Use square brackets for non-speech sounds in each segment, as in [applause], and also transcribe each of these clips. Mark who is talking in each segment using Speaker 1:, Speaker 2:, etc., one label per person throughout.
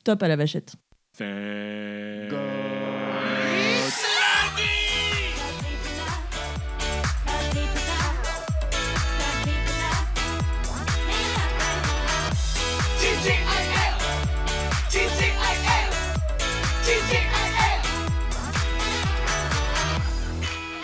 Speaker 1: stop à la vachette.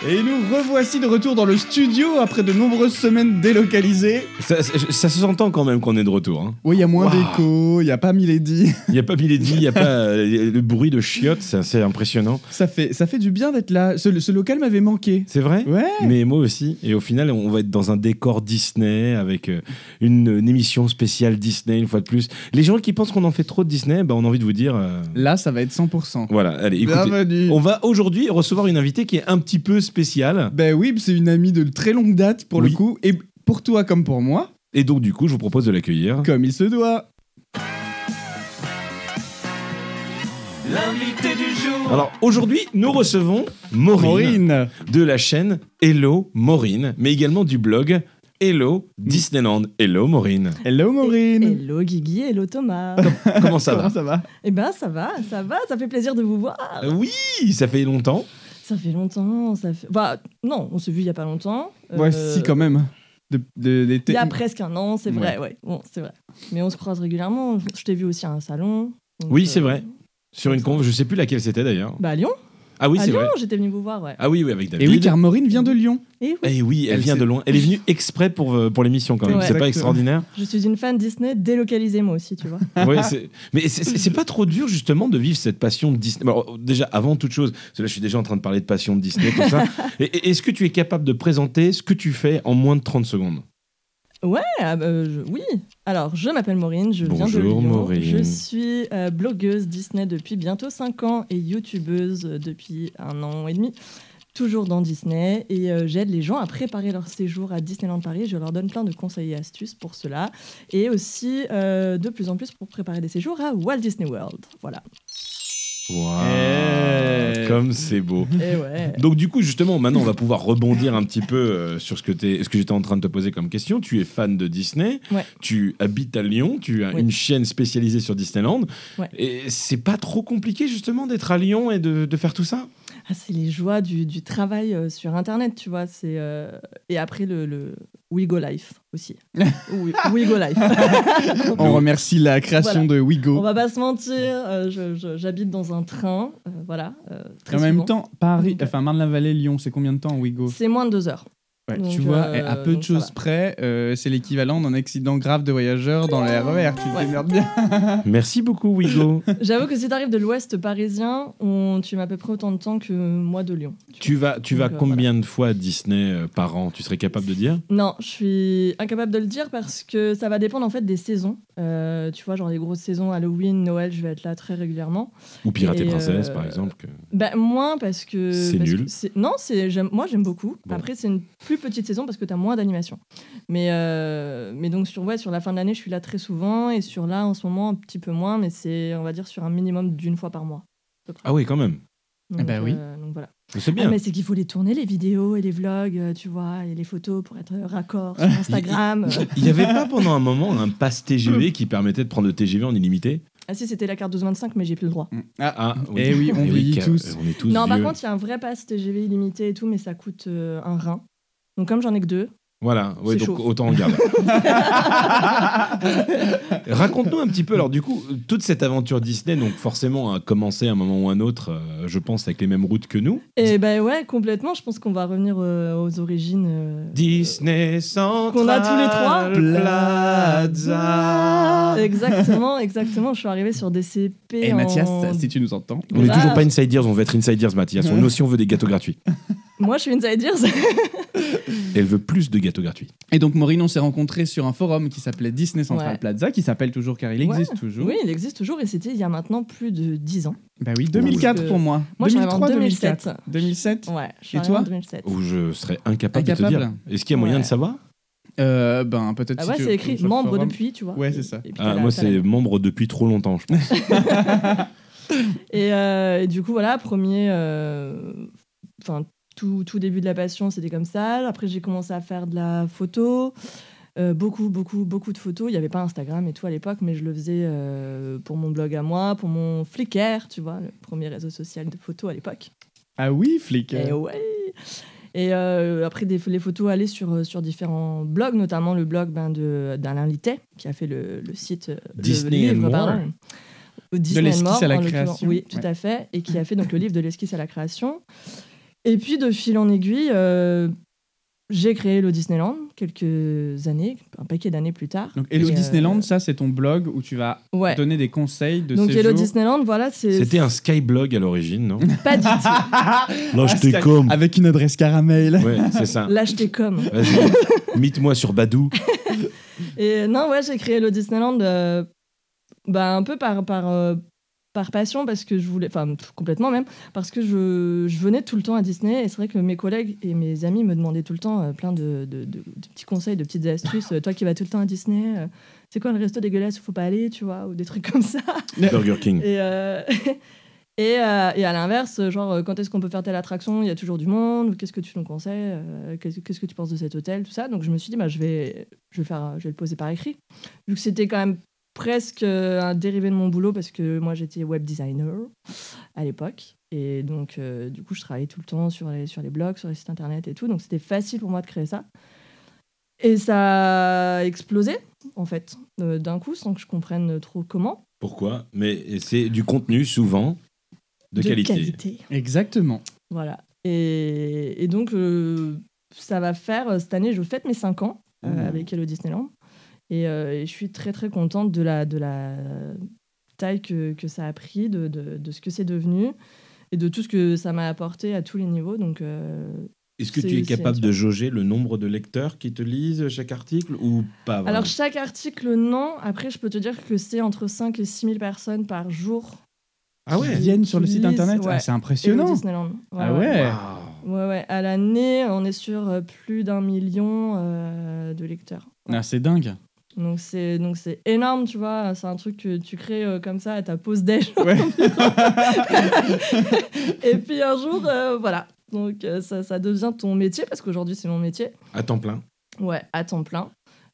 Speaker 2: Et nous revoici de retour dans le studio après de nombreuses semaines délocalisées.
Speaker 3: Ça, ça- ça se s'entend quand même qu'on est de retour. hein.
Speaker 2: Oui, il y a moins
Speaker 3: Waouh.
Speaker 2: d'écho, il n'y a pas Milady.
Speaker 3: Il n'y a pas Milady, il n'y a pas euh, le bruit de chiottes, c'est assez impressionnant.
Speaker 2: Ça fait, ça fait du bien d'être là. Ce, ce local m'avait manqué.
Speaker 3: C'est vrai
Speaker 2: Ouais.
Speaker 3: Mais moi aussi. Et au final, on va être dans un décor Disney avec euh, une, une émission spéciale Disney une fois de plus. Les gens qui pensent qu'on en fait trop de Disney, bah, on a envie de vous dire. euh,
Speaker 2: Là, ça va être 100%.
Speaker 3: Voilà, allez,
Speaker 2: Bah
Speaker 3: écoutez.
Speaker 2: Bienvenue.
Speaker 3: On va aujourd'hui recevoir une invitée qui est un petit peu spéciale.
Speaker 2: Ben oui, c'est une amie de très longue date pour
Speaker 3: Oui.
Speaker 2: le coup. Et pour toi comme pour moi,
Speaker 3: Et donc, du coup, je vous propose de l'accueillir.
Speaker 2: comme il se doit.
Speaker 3: Alors, aujourd'hui, nous recevons Maureen,
Speaker 2: Maureen.
Speaker 3: de la chaîne Hello Maureen, mais également du blog Hello Disneyland. Hello
Speaker 2: [laughs]
Speaker 3: Maureen.
Speaker 2: Hello Maureen.
Speaker 1: Hello Guigui, hello
Speaker 3: [laughs]
Speaker 1: Thomas.
Speaker 3: Comment ça va
Speaker 2: Comment ça va
Speaker 1: eh ben ça va, ça va, ça fait plaisir de vous voir.
Speaker 3: Ah Oui, ça fait longtemps.
Speaker 1: Ça fait longtemps, ça fait... Bah non, on s'est vu il y a pas longtemps.
Speaker 2: Ouais,
Speaker 1: Euh,
Speaker 2: si, quand même. De, de-
Speaker 1: Il
Speaker 2: d'été.
Speaker 1: y a presque un an, c'est vrai, ouais. Bon, c'est vrai. Mais on se croise régulièrement. Je t'ai vu aussi à un salon. donc,
Speaker 3: Oui, c'est
Speaker 1: euh,
Speaker 3: vrai. Sur une conf, je sais plus laquelle c'était d'ailleurs.
Speaker 1: Bah à Lyon.
Speaker 3: Ah oui,
Speaker 1: à
Speaker 3: c'est
Speaker 1: Lyon,
Speaker 3: vrai.
Speaker 1: j'étais venue vous voir, ouais.
Speaker 3: Ah oui, oui, avec
Speaker 2: Et
Speaker 3: David.
Speaker 2: Eh oui, car Maureen vient de Lyon.
Speaker 1: Et oui,
Speaker 3: Eh oui, elle,
Speaker 2: Elle
Speaker 3: vient
Speaker 2: s'est-
Speaker 3: de loin. Elle est venue exprès pour, euh, pour l'émission quand même.
Speaker 1: Ouais.
Speaker 3: C'est pas
Speaker 2: Exactement. [laughs]
Speaker 3: extraordinaire.
Speaker 1: je suis une fan Disney délocalisée moi aussi,
Speaker 3: [laughs]
Speaker 1: tu vois.
Speaker 3: Ouais, c'est- mais c'est- c'est c'est pas trop dur justement de vivre cette passion de Disney. Alors, déjà, avant toute chose, parce que là je suis déjà en train de parler de passion de Disney, tout
Speaker 2: [laughs]
Speaker 3: ça. Et- et- Est-ce que tu es capable de présenter ce que tu fais en moins de 30 secondes
Speaker 1: Ah, euh, je- oui. Alors, je m'appelle Maureen, je viens de
Speaker 3: Bonjour,
Speaker 1: Lyon.
Speaker 3: Maureen.
Speaker 1: Je suis euh, blogueuse Disney depuis bientôt 5 ans et youtubeuse euh, depuis un an et demi. Toujours dans Disney et euh, j'aide les gens à préparer leur séjour à Disneyland Paris. Je leur donne plein de conseils et astuces pour cela et aussi euh, de plus en plus pour préparer des séjours à Walt Disney World.
Speaker 3: [laughs]
Speaker 1: Voilà.
Speaker 3: Waouh,
Speaker 2: Eh.
Speaker 3: Comme c'est beau.
Speaker 1: Et ouais.
Speaker 3: Donc du coup, justement, maintenant, on va pouvoir rebondir un petit peu euh, sur ce que, t'es- ce que j'étais en train de te poser comme question. Tu es fan de Disney,
Speaker 1: Ouais.
Speaker 3: tu habites à Lyon, tu as
Speaker 1: Oui.
Speaker 3: une chaîne spécialisée sur Disneyland.
Speaker 1: Ouais.
Speaker 3: Et c'est pas trop compliqué justement d'être à Lyon et de, de faire tout ça
Speaker 1: Ah, c'est les joies du, du travail euh, sur Internet, tu vois. C'est euh, et après le, le We Go Life
Speaker 3: [laughs]
Speaker 1: aussi. We, We Go Life.
Speaker 2: On remercie la création
Speaker 1: Voilà.
Speaker 2: de Wigo.
Speaker 1: On va pas se mentir, euh, je- je- j'habite dans un train, euh, voilà. euh, très
Speaker 2: En même
Speaker 1: souvent.
Speaker 2: temps, Paris,
Speaker 1: Donc, euh,
Speaker 2: enfin Marne-la-Vallée, Lyon, c'est combien de temps Wigo
Speaker 1: C'est moins de deux heures. [laughs]
Speaker 2: Ouais,
Speaker 1: Donc,
Speaker 2: tu vois,
Speaker 1: euh,
Speaker 2: et à peu de
Speaker 1: donc ça
Speaker 2: choses
Speaker 1: va.
Speaker 2: près, euh, c'est l'équivalent d'un accident grave de voyageur dans le RER. Tu te
Speaker 1: Ouais.
Speaker 2: démerdes
Speaker 1: [laughs]
Speaker 2: bien.
Speaker 1: Ah.
Speaker 3: Merci beaucoup, Wigo.
Speaker 1: J'avoue que si t'arrives de l'ouest parisien, on, tu m'as à peu près autant de temps que moi de Lyon. tu
Speaker 3: tu vas, tu vas
Speaker 1: Donc, euh,
Speaker 3: combien de fois à Disney euh, par an Tu serais capable de dire
Speaker 1: Non, je suis incapable de le dire parce que ça va dépendre en fait des saisons. Euh, tu vois, genre les grosses saisons, Halloween, Noël, je vais être là très régulièrement.
Speaker 3: Ou Pirate et,
Speaker 1: Et,
Speaker 3: Princesse,
Speaker 1: euh,
Speaker 3: par exemple que-
Speaker 1: Bah, moins parce que.
Speaker 3: C'est
Speaker 1: parce
Speaker 3: nul.
Speaker 1: que c'est- non, c'est, j'aime, moi j'aime beaucoup.
Speaker 3: Bon.
Speaker 1: Après, c'est une plus petite saison parce que tu as moins d'animation. Mais, euh, mais donc, sur, ouais, sur la fin de l'année, je suis là très souvent. Et sur là, en ce moment, un petit peu moins. Mais c'est, on va dire, sur un minimum d'une fois par mois. à peu près.
Speaker 3: Ah oui, quand même.
Speaker 1: Donc,
Speaker 2: Eh ben oui.
Speaker 1: euh, donc voilà.
Speaker 3: C'est
Speaker 1: Ah,
Speaker 3: bien.
Speaker 1: mais c'est qu'il faut les tourner, les vidéos et les vlogs, euh, tu vois, et les photos pour être euh, raccord sur Instagram. Euh,
Speaker 3: Ah, Il n'y avait pas pendant un moment un pass
Speaker 1: [laughs]
Speaker 3: TGV qui permettait de prendre le TGV en illimité
Speaker 1: ah si, c'était la carte 1225, mais j'ai plus le droit.
Speaker 2: Ah,
Speaker 3: Ah
Speaker 2: Eh oui, on vieillit
Speaker 3: car- euh,
Speaker 2: tous.
Speaker 3: On est tous
Speaker 1: non, par
Speaker 3: vieux.
Speaker 1: contre, il y a un vrai pass TGV illimité et tout, mais ça coûte euh, un rein. Donc, comme j'en ai que deux,
Speaker 3: Voilà, ouais,
Speaker 1: C'est
Speaker 3: donc
Speaker 1: chaud.
Speaker 3: autant en garder. [laughs] Raconte-nous un petit peu, alors du coup, toute cette aventure Disney, donc forcément a commencé à un moment ou un autre, euh, je pense, avec les mêmes routes que nous.
Speaker 1: Et ben ouais, complètement. Je pense qu'on va revenir euh, aux origines. euh,
Speaker 3: Disney Central
Speaker 1: Qu'on a tous les trois.
Speaker 3: Plaza.
Speaker 1: euh, Exactement, exactement. Je suis arrivée sur DCP.
Speaker 2: Et
Speaker 1: en-
Speaker 2: Eh, Mathias, si tu nous entends.
Speaker 3: On n'est
Speaker 1: Ah.
Speaker 3: toujours pas insiders, on veut être insiders, Mathias.
Speaker 1: Mhm.
Speaker 3: Nous aussi, on veut des gâteaux gratuits.
Speaker 1: Moi, je suis une Ziders. [laughs]
Speaker 3: Elle veut plus de gâteaux gratuits.
Speaker 2: Et donc Maureen, on s'est rencontrés sur un forum qui s'appelait Disney Central
Speaker 1: Ouais.
Speaker 2: Plaza, qui s'appelle toujours car il existe toujours.
Speaker 1: oui, il existe toujours et c'était il y a maintenant plus de 10 ans.
Speaker 2: Bah oui, 2004
Speaker 1: Parce que
Speaker 2: pour moi.
Speaker 1: Moi, je suis arrivée en
Speaker 2: 2003,
Speaker 1: 2007.
Speaker 2: 2004. 2007
Speaker 1: Ouais, je suis
Speaker 2: Et
Speaker 1: arrivée
Speaker 2: toi
Speaker 1: en 2007.
Speaker 3: Ou je serais incapable, de te
Speaker 2: Incapable.
Speaker 3: dire. Est-ce qu'il y a moyen
Speaker 1: Ouais.
Speaker 3: de savoir
Speaker 2: Euh, Ben peut-être.
Speaker 1: Ah
Speaker 2: si
Speaker 1: ouais,
Speaker 2: tu-
Speaker 1: c'est écrit
Speaker 2: sur le
Speaker 1: membre
Speaker 2: forum.
Speaker 1: depuis, tu vois.
Speaker 2: Ouais, c'est ça.
Speaker 1: Et, puis t'as
Speaker 3: Ah,
Speaker 1: la-
Speaker 3: Moi,
Speaker 1: t'as la-
Speaker 3: c'est membre depuis trop longtemps, je pense.
Speaker 1: Et, euh, et du coup, voilà, premier. euh, Enfin, tout, tout début de la passion, c'était comme ça. Après, j'ai commencé à faire de la photo. Euh, beaucoup, beaucoup, beaucoup de photos. Il n'y avait pas Instagram et tout à l'époque, mais je le faisais euh, pour mon blog à moi, pour mon Flickr, tu vois, le premier réseau social de photos à l'époque.
Speaker 2: Ah oui, flic.
Speaker 1: Et oh. ouais Et euh, après, des, les photos allaient sur, euh, sur différents blogs, notamment le blog ben, de- d'Alain Littet, qui a fait le, le site euh, le
Speaker 3: Disney and
Speaker 1: livre,
Speaker 3: More.
Speaker 1: pardon. Au Disney and
Speaker 2: l'esquisse
Speaker 1: More,
Speaker 2: à la
Speaker 1: en l'occurrence.
Speaker 2: création.
Speaker 1: Oui, tout
Speaker 2: Ouais.
Speaker 1: à fait. Et qui a fait donc le livre de l'esquisse à la création. Et puis, de fil en aiguille, euh, j'ai créé le Disneyland quelques années, un paquet d'années plus tard.
Speaker 2: Donc Hello
Speaker 1: Et, euh,
Speaker 2: Disneyland, ça c'est ton blog où tu vas
Speaker 1: Ouais.
Speaker 2: donner des conseils de
Speaker 1: Donc Hello
Speaker 2: séjour.
Speaker 1: Disneyland, voilà, c'est
Speaker 3: C'était un Skyblog à l'origine,
Speaker 1: [laughs]
Speaker 3: non
Speaker 2: [laughs]
Speaker 1: pas dit.
Speaker 3: Lâche tes
Speaker 2: Sky-
Speaker 3: coms.
Speaker 2: Avec une adresse caramel.
Speaker 3: Ouais, c'est ça.
Speaker 1: Lâche tes coms. [laughs]
Speaker 3: Vas-y, mite-moi sur Badou.
Speaker 1: Et euh, non, ouais, j'ai créé le Disneyland euh, bah, un peu par, par, euh, par passion, parce que je voulais, enfin pff, complètement même, parce que je, je venais tout le temps à Disney et c'est vrai que mes collègues et mes amis me demandaient tout le temps euh, plein de, de- de- de petits conseils, de petites astuces. Euh, toi qui vas tout le temps à Disney, euh, c'est quoi le resto dégueulasse où faut pas aller, tu vois, ou des trucs comme ça.
Speaker 3: Burger King.
Speaker 1: Et, euh, [laughs] et, euh, et à l'inverse, genre, euh, quand est-ce qu'on peut faire telle attraction Il y a toujours du monde. ou Qu'est-ce que tu nous conseilles Euh, Qu'est-ce qu'est-ce que tu penses de cet hôtel Tout ça. Donc je me suis dit, bah, je, vais, je, vais faire, je vais le poser par écrit. Vu que c'était quand même presque euh, un dérivé de mon boulot parce que moi j'étais web designer à l'époque et donc euh, du coup je travaillais tout le temps sur les, sur les blogs sur les sites internet et tout donc c'était facile pour moi de créer ça et ça a explosé en fait euh, d'un coup sans que je comprenne trop comment
Speaker 3: Pourquoi Mais c'est du contenu souvent de, qualité.
Speaker 2: Exactement.
Speaker 1: Voilà. Et, et donc, euh, ça va faire, euh, cette année, je fête mes 5 ans euh,
Speaker 3: Mmh.
Speaker 1: avec Hello Disneyland. Et, euh, et je suis très, très contente de la, de la taille que, que ça a pris, de, de- de ce que c'est devenu et de tout ce que ça m'a apporté à tous les niveaux. Donc, euh,
Speaker 3: Est-ce que
Speaker 1: C'est-
Speaker 3: tu es
Speaker 1: c'est
Speaker 3: capable
Speaker 1: naturel.
Speaker 3: de jauger le nombre de lecteurs qui te lisent chaque article ou pas vraiment
Speaker 1: Alors, chaque article, non. Après, je peux te dire que c'est entre 5 et 6 000 personnes par jour
Speaker 3: Ah
Speaker 2: Ils
Speaker 3: ouais
Speaker 2: viennent sur le
Speaker 1: Qui
Speaker 2: site
Speaker 1: lisent,
Speaker 2: internet. Ah,
Speaker 1: ouais.
Speaker 2: c'est
Speaker 1: Hello
Speaker 2: impressionnant.
Speaker 1: Disneyland. Ouais,
Speaker 2: Ah
Speaker 1: ouais.
Speaker 2: ouais.
Speaker 3: Waouh.
Speaker 1: Ouais, ouais. À l'année, on est sur euh, plus d'un million euh, de lecteurs.
Speaker 2: Ah, c'est dingue.
Speaker 1: Donc c'est donc c'est énorme, tu vois. C'est un truc que tu crées euh, comme ça à ta pause déj. [laughs]
Speaker 2: Ouais. [laughs]
Speaker 1: Et puis un jour, euh, voilà. Donc euh, ça, ça devient ton métier parce qu'aujourd'hui c'est mon métier.
Speaker 3: À temps plein.
Speaker 1: Ouais, à temps plein.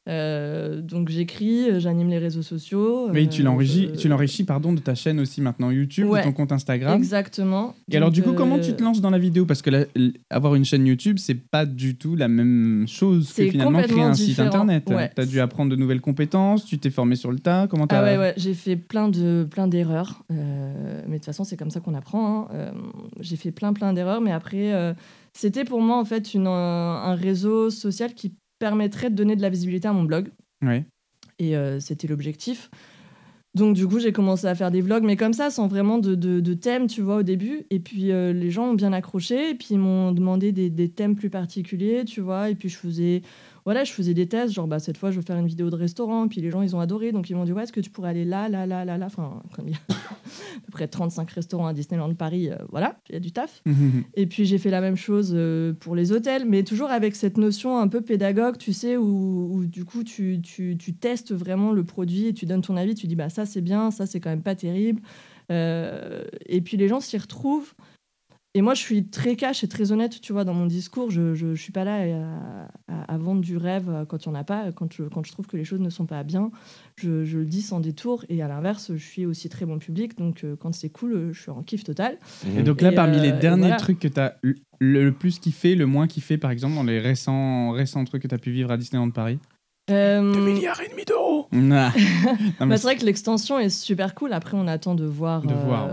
Speaker 1: Euh, donc j'écris, euh, j'anime les réseaux sociaux.
Speaker 2: Mais
Speaker 1: euh,
Speaker 2: tu l'enrichis,
Speaker 1: je-
Speaker 2: tu l'enrichis pardon de ta chaîne aussi maintenant YouTube,
Speaker 1: Ouais.
Speaker 2: de ton compte Instagram.
Speaker 1: Exactement.
Speaker 2: Et alors
Speaker 1: Donc,
Speaker 2: du
Speaker 1: euh,
Speaker 2: coup, comment tu te lances dans la vidéo Parce que la- l- avoir une chaîne YouTube, c'est pas du tout la même chose que
Speaker 1: C'est
Speaker 2: finalement créer
Speaker 1: complètement
Speaker 2: un site
Speaker 1: différent,
Speaker 2: internet.
Speaker 1: ouais.
Speaker 2: T'as dû apprendre de nouvelles compétences, tu t'es formé sur le tas. Comment t'as
Speaker 1: Ah ouais, ouais, j'ai fait plein de plein d'erreurs. Euh, mais de toute façon, c'est comme ça qu'on apprend. hein. Euh, j'ai fait plein plein d'erreurs, mais après, euh, c'était pour moi en fait une, euh, un réseau social qui permettrait de donner de la visibilité à mon blog.
Speaker 2: Ouais.
Speaker 1: Et euh, c'était l'objectif. Donc du coup, j'ai commencé à faire des vlogs, mais comme ça, sans vraiment de, de, de thème, tu vois, au début. Et puis euh, les gens ont bien accroché, et puis ils m'ont demandé des, des thèmes plus particuliers, tu vois. Et puis je faisais, voilà, je faisais des tests, genre bah cette fois, je vais faire une vidéo de restaurant. Puis les gens, ils ont adoré, donc ils m'ont dit ouais, est-ce que tu pourrais aller là, là, là, là, là. Enfin, comme il y a [laughs] à peu près 35 restaurants à Disneyland Paris, euh, voilà, il y a du taf.
Speaker 2: [laughs]
Speaker 1: Et puis j'ai fait la même chose euh, pour les hôtels, mais toujours avec cette notion un peu pédagogue, tu sais, où, où du coup tu, tu, tu testes vraiment le produit et tu donnes ton avis, tu dis bah ça c'est bien, ça c'est quand même pas terrible. Euh, et puis les gens s'y retrouvent. Et moi je suis très cash et très honnête, tu vois, dans mon discours, je, je, je suis pas là à, à- à vendre du rêve euh, quand il y en a pas, quand je, quand je trouve que les choses ne sont pas bien, je, je le dis sans détour. Et à l'inverse, je suis aussi très bon public, donc euh, quand c'est cool, euh, je suis en kiff total.
Speaker 2: Et
Speaker 3: Mhm.
Speaker 2: donc là,
Speaker 1: Et,
Speaker 2: parmi les
Speaker 1: euh, et
Speaker 2: derniers
Speaker 1: voilà.
Speaker 2: trucs que t'as le, le plus kiffé, le moins kiffé, par exemple, dans les récents récents trucs que t'as pu vivre à
Speaker 3: [laughs]
Speaker 2: Disneyland Paris.
Speaker 1: Euh,
Speaker 3: milliards et demi d'euros
Speaker 2: Ah. Non, mais
Speaker 1: Bah, c'est vrai que l'extension est super cool. Après, on attend de voir, euh,
Speaker 2: De voir,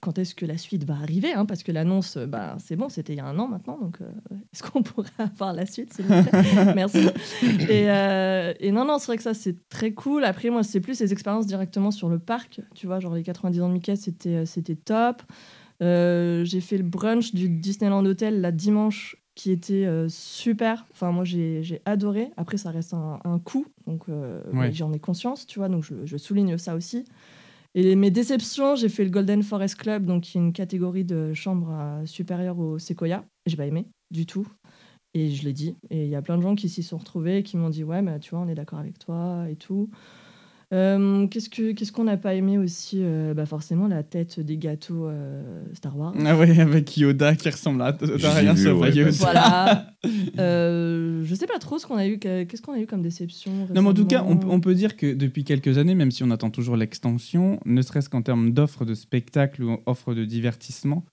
Speaker 1: quand est-ce que la suite va arriver. hein, parce que l'annonce, euh, bah, c'est bon, c'était il y a un an maintenant. Donc, euh, est-ce qu'on pourrait [laughs] avoir la suite, s'il vous plaît [laughs] Merci. Et, euh, et non, non, c'est vrai que ça, c'est très cool. Après, moi, c'est plus les expériences directement sur le parc. Tu vois, genre les 90 ans de Mickey, c'était, euh, c'était top. Euh, j'ai fait le brunch du Disneyland Hotel la dimanche qui était euh, super. Enfin, moi, j'ai j'ai adoré. Après, ça reste un, un coût, donc euh,
Speaker 2: Ouais.
Speaker 1: mais j'en ai conscience, tu vois, donc je, je souligne ça aussi. Et mes déceptions, j'ai fait le Golden Forest Club, donc qui est une catégorie de chambre euh, supérieure au Sequoia. J'ai pas aimé du tout. Et je l'ai dit. Et il y a plein de gens qui s'y sont retrouvés et qui m'ont dit Ouais, mais tu vois, on est d'accord avec toi et tout. Euh, qu'est-ce que qu'est-ce qu'on n'a pas aimé aussi Euh, bah Forcément, la tête des gâteaux euh, Star Wars.
Speaker 2: Ah ouais, avec Yoda qui ressemble à
Speaker 3: J'ai
Speaker 2: t'as rien
Speaker 3: vu,
Speaker 2: sauf à
Speaker 3: ouais,
Speaker 2: Yoda.
Speaker 1: Voilà. Euh, je sais pas trop ce qu'on a eu. que- Qu'est-ce qu'on a eu comme déception
Speaker 2: Non, mais en tout cas,
Speaker 1: récemment
Speaker 2: on, on peut dire que depuis quelques années, même si on attend toujours l'extension, ne serait-ce qu'en termes d'offres de spectacles ou offres de divertissement,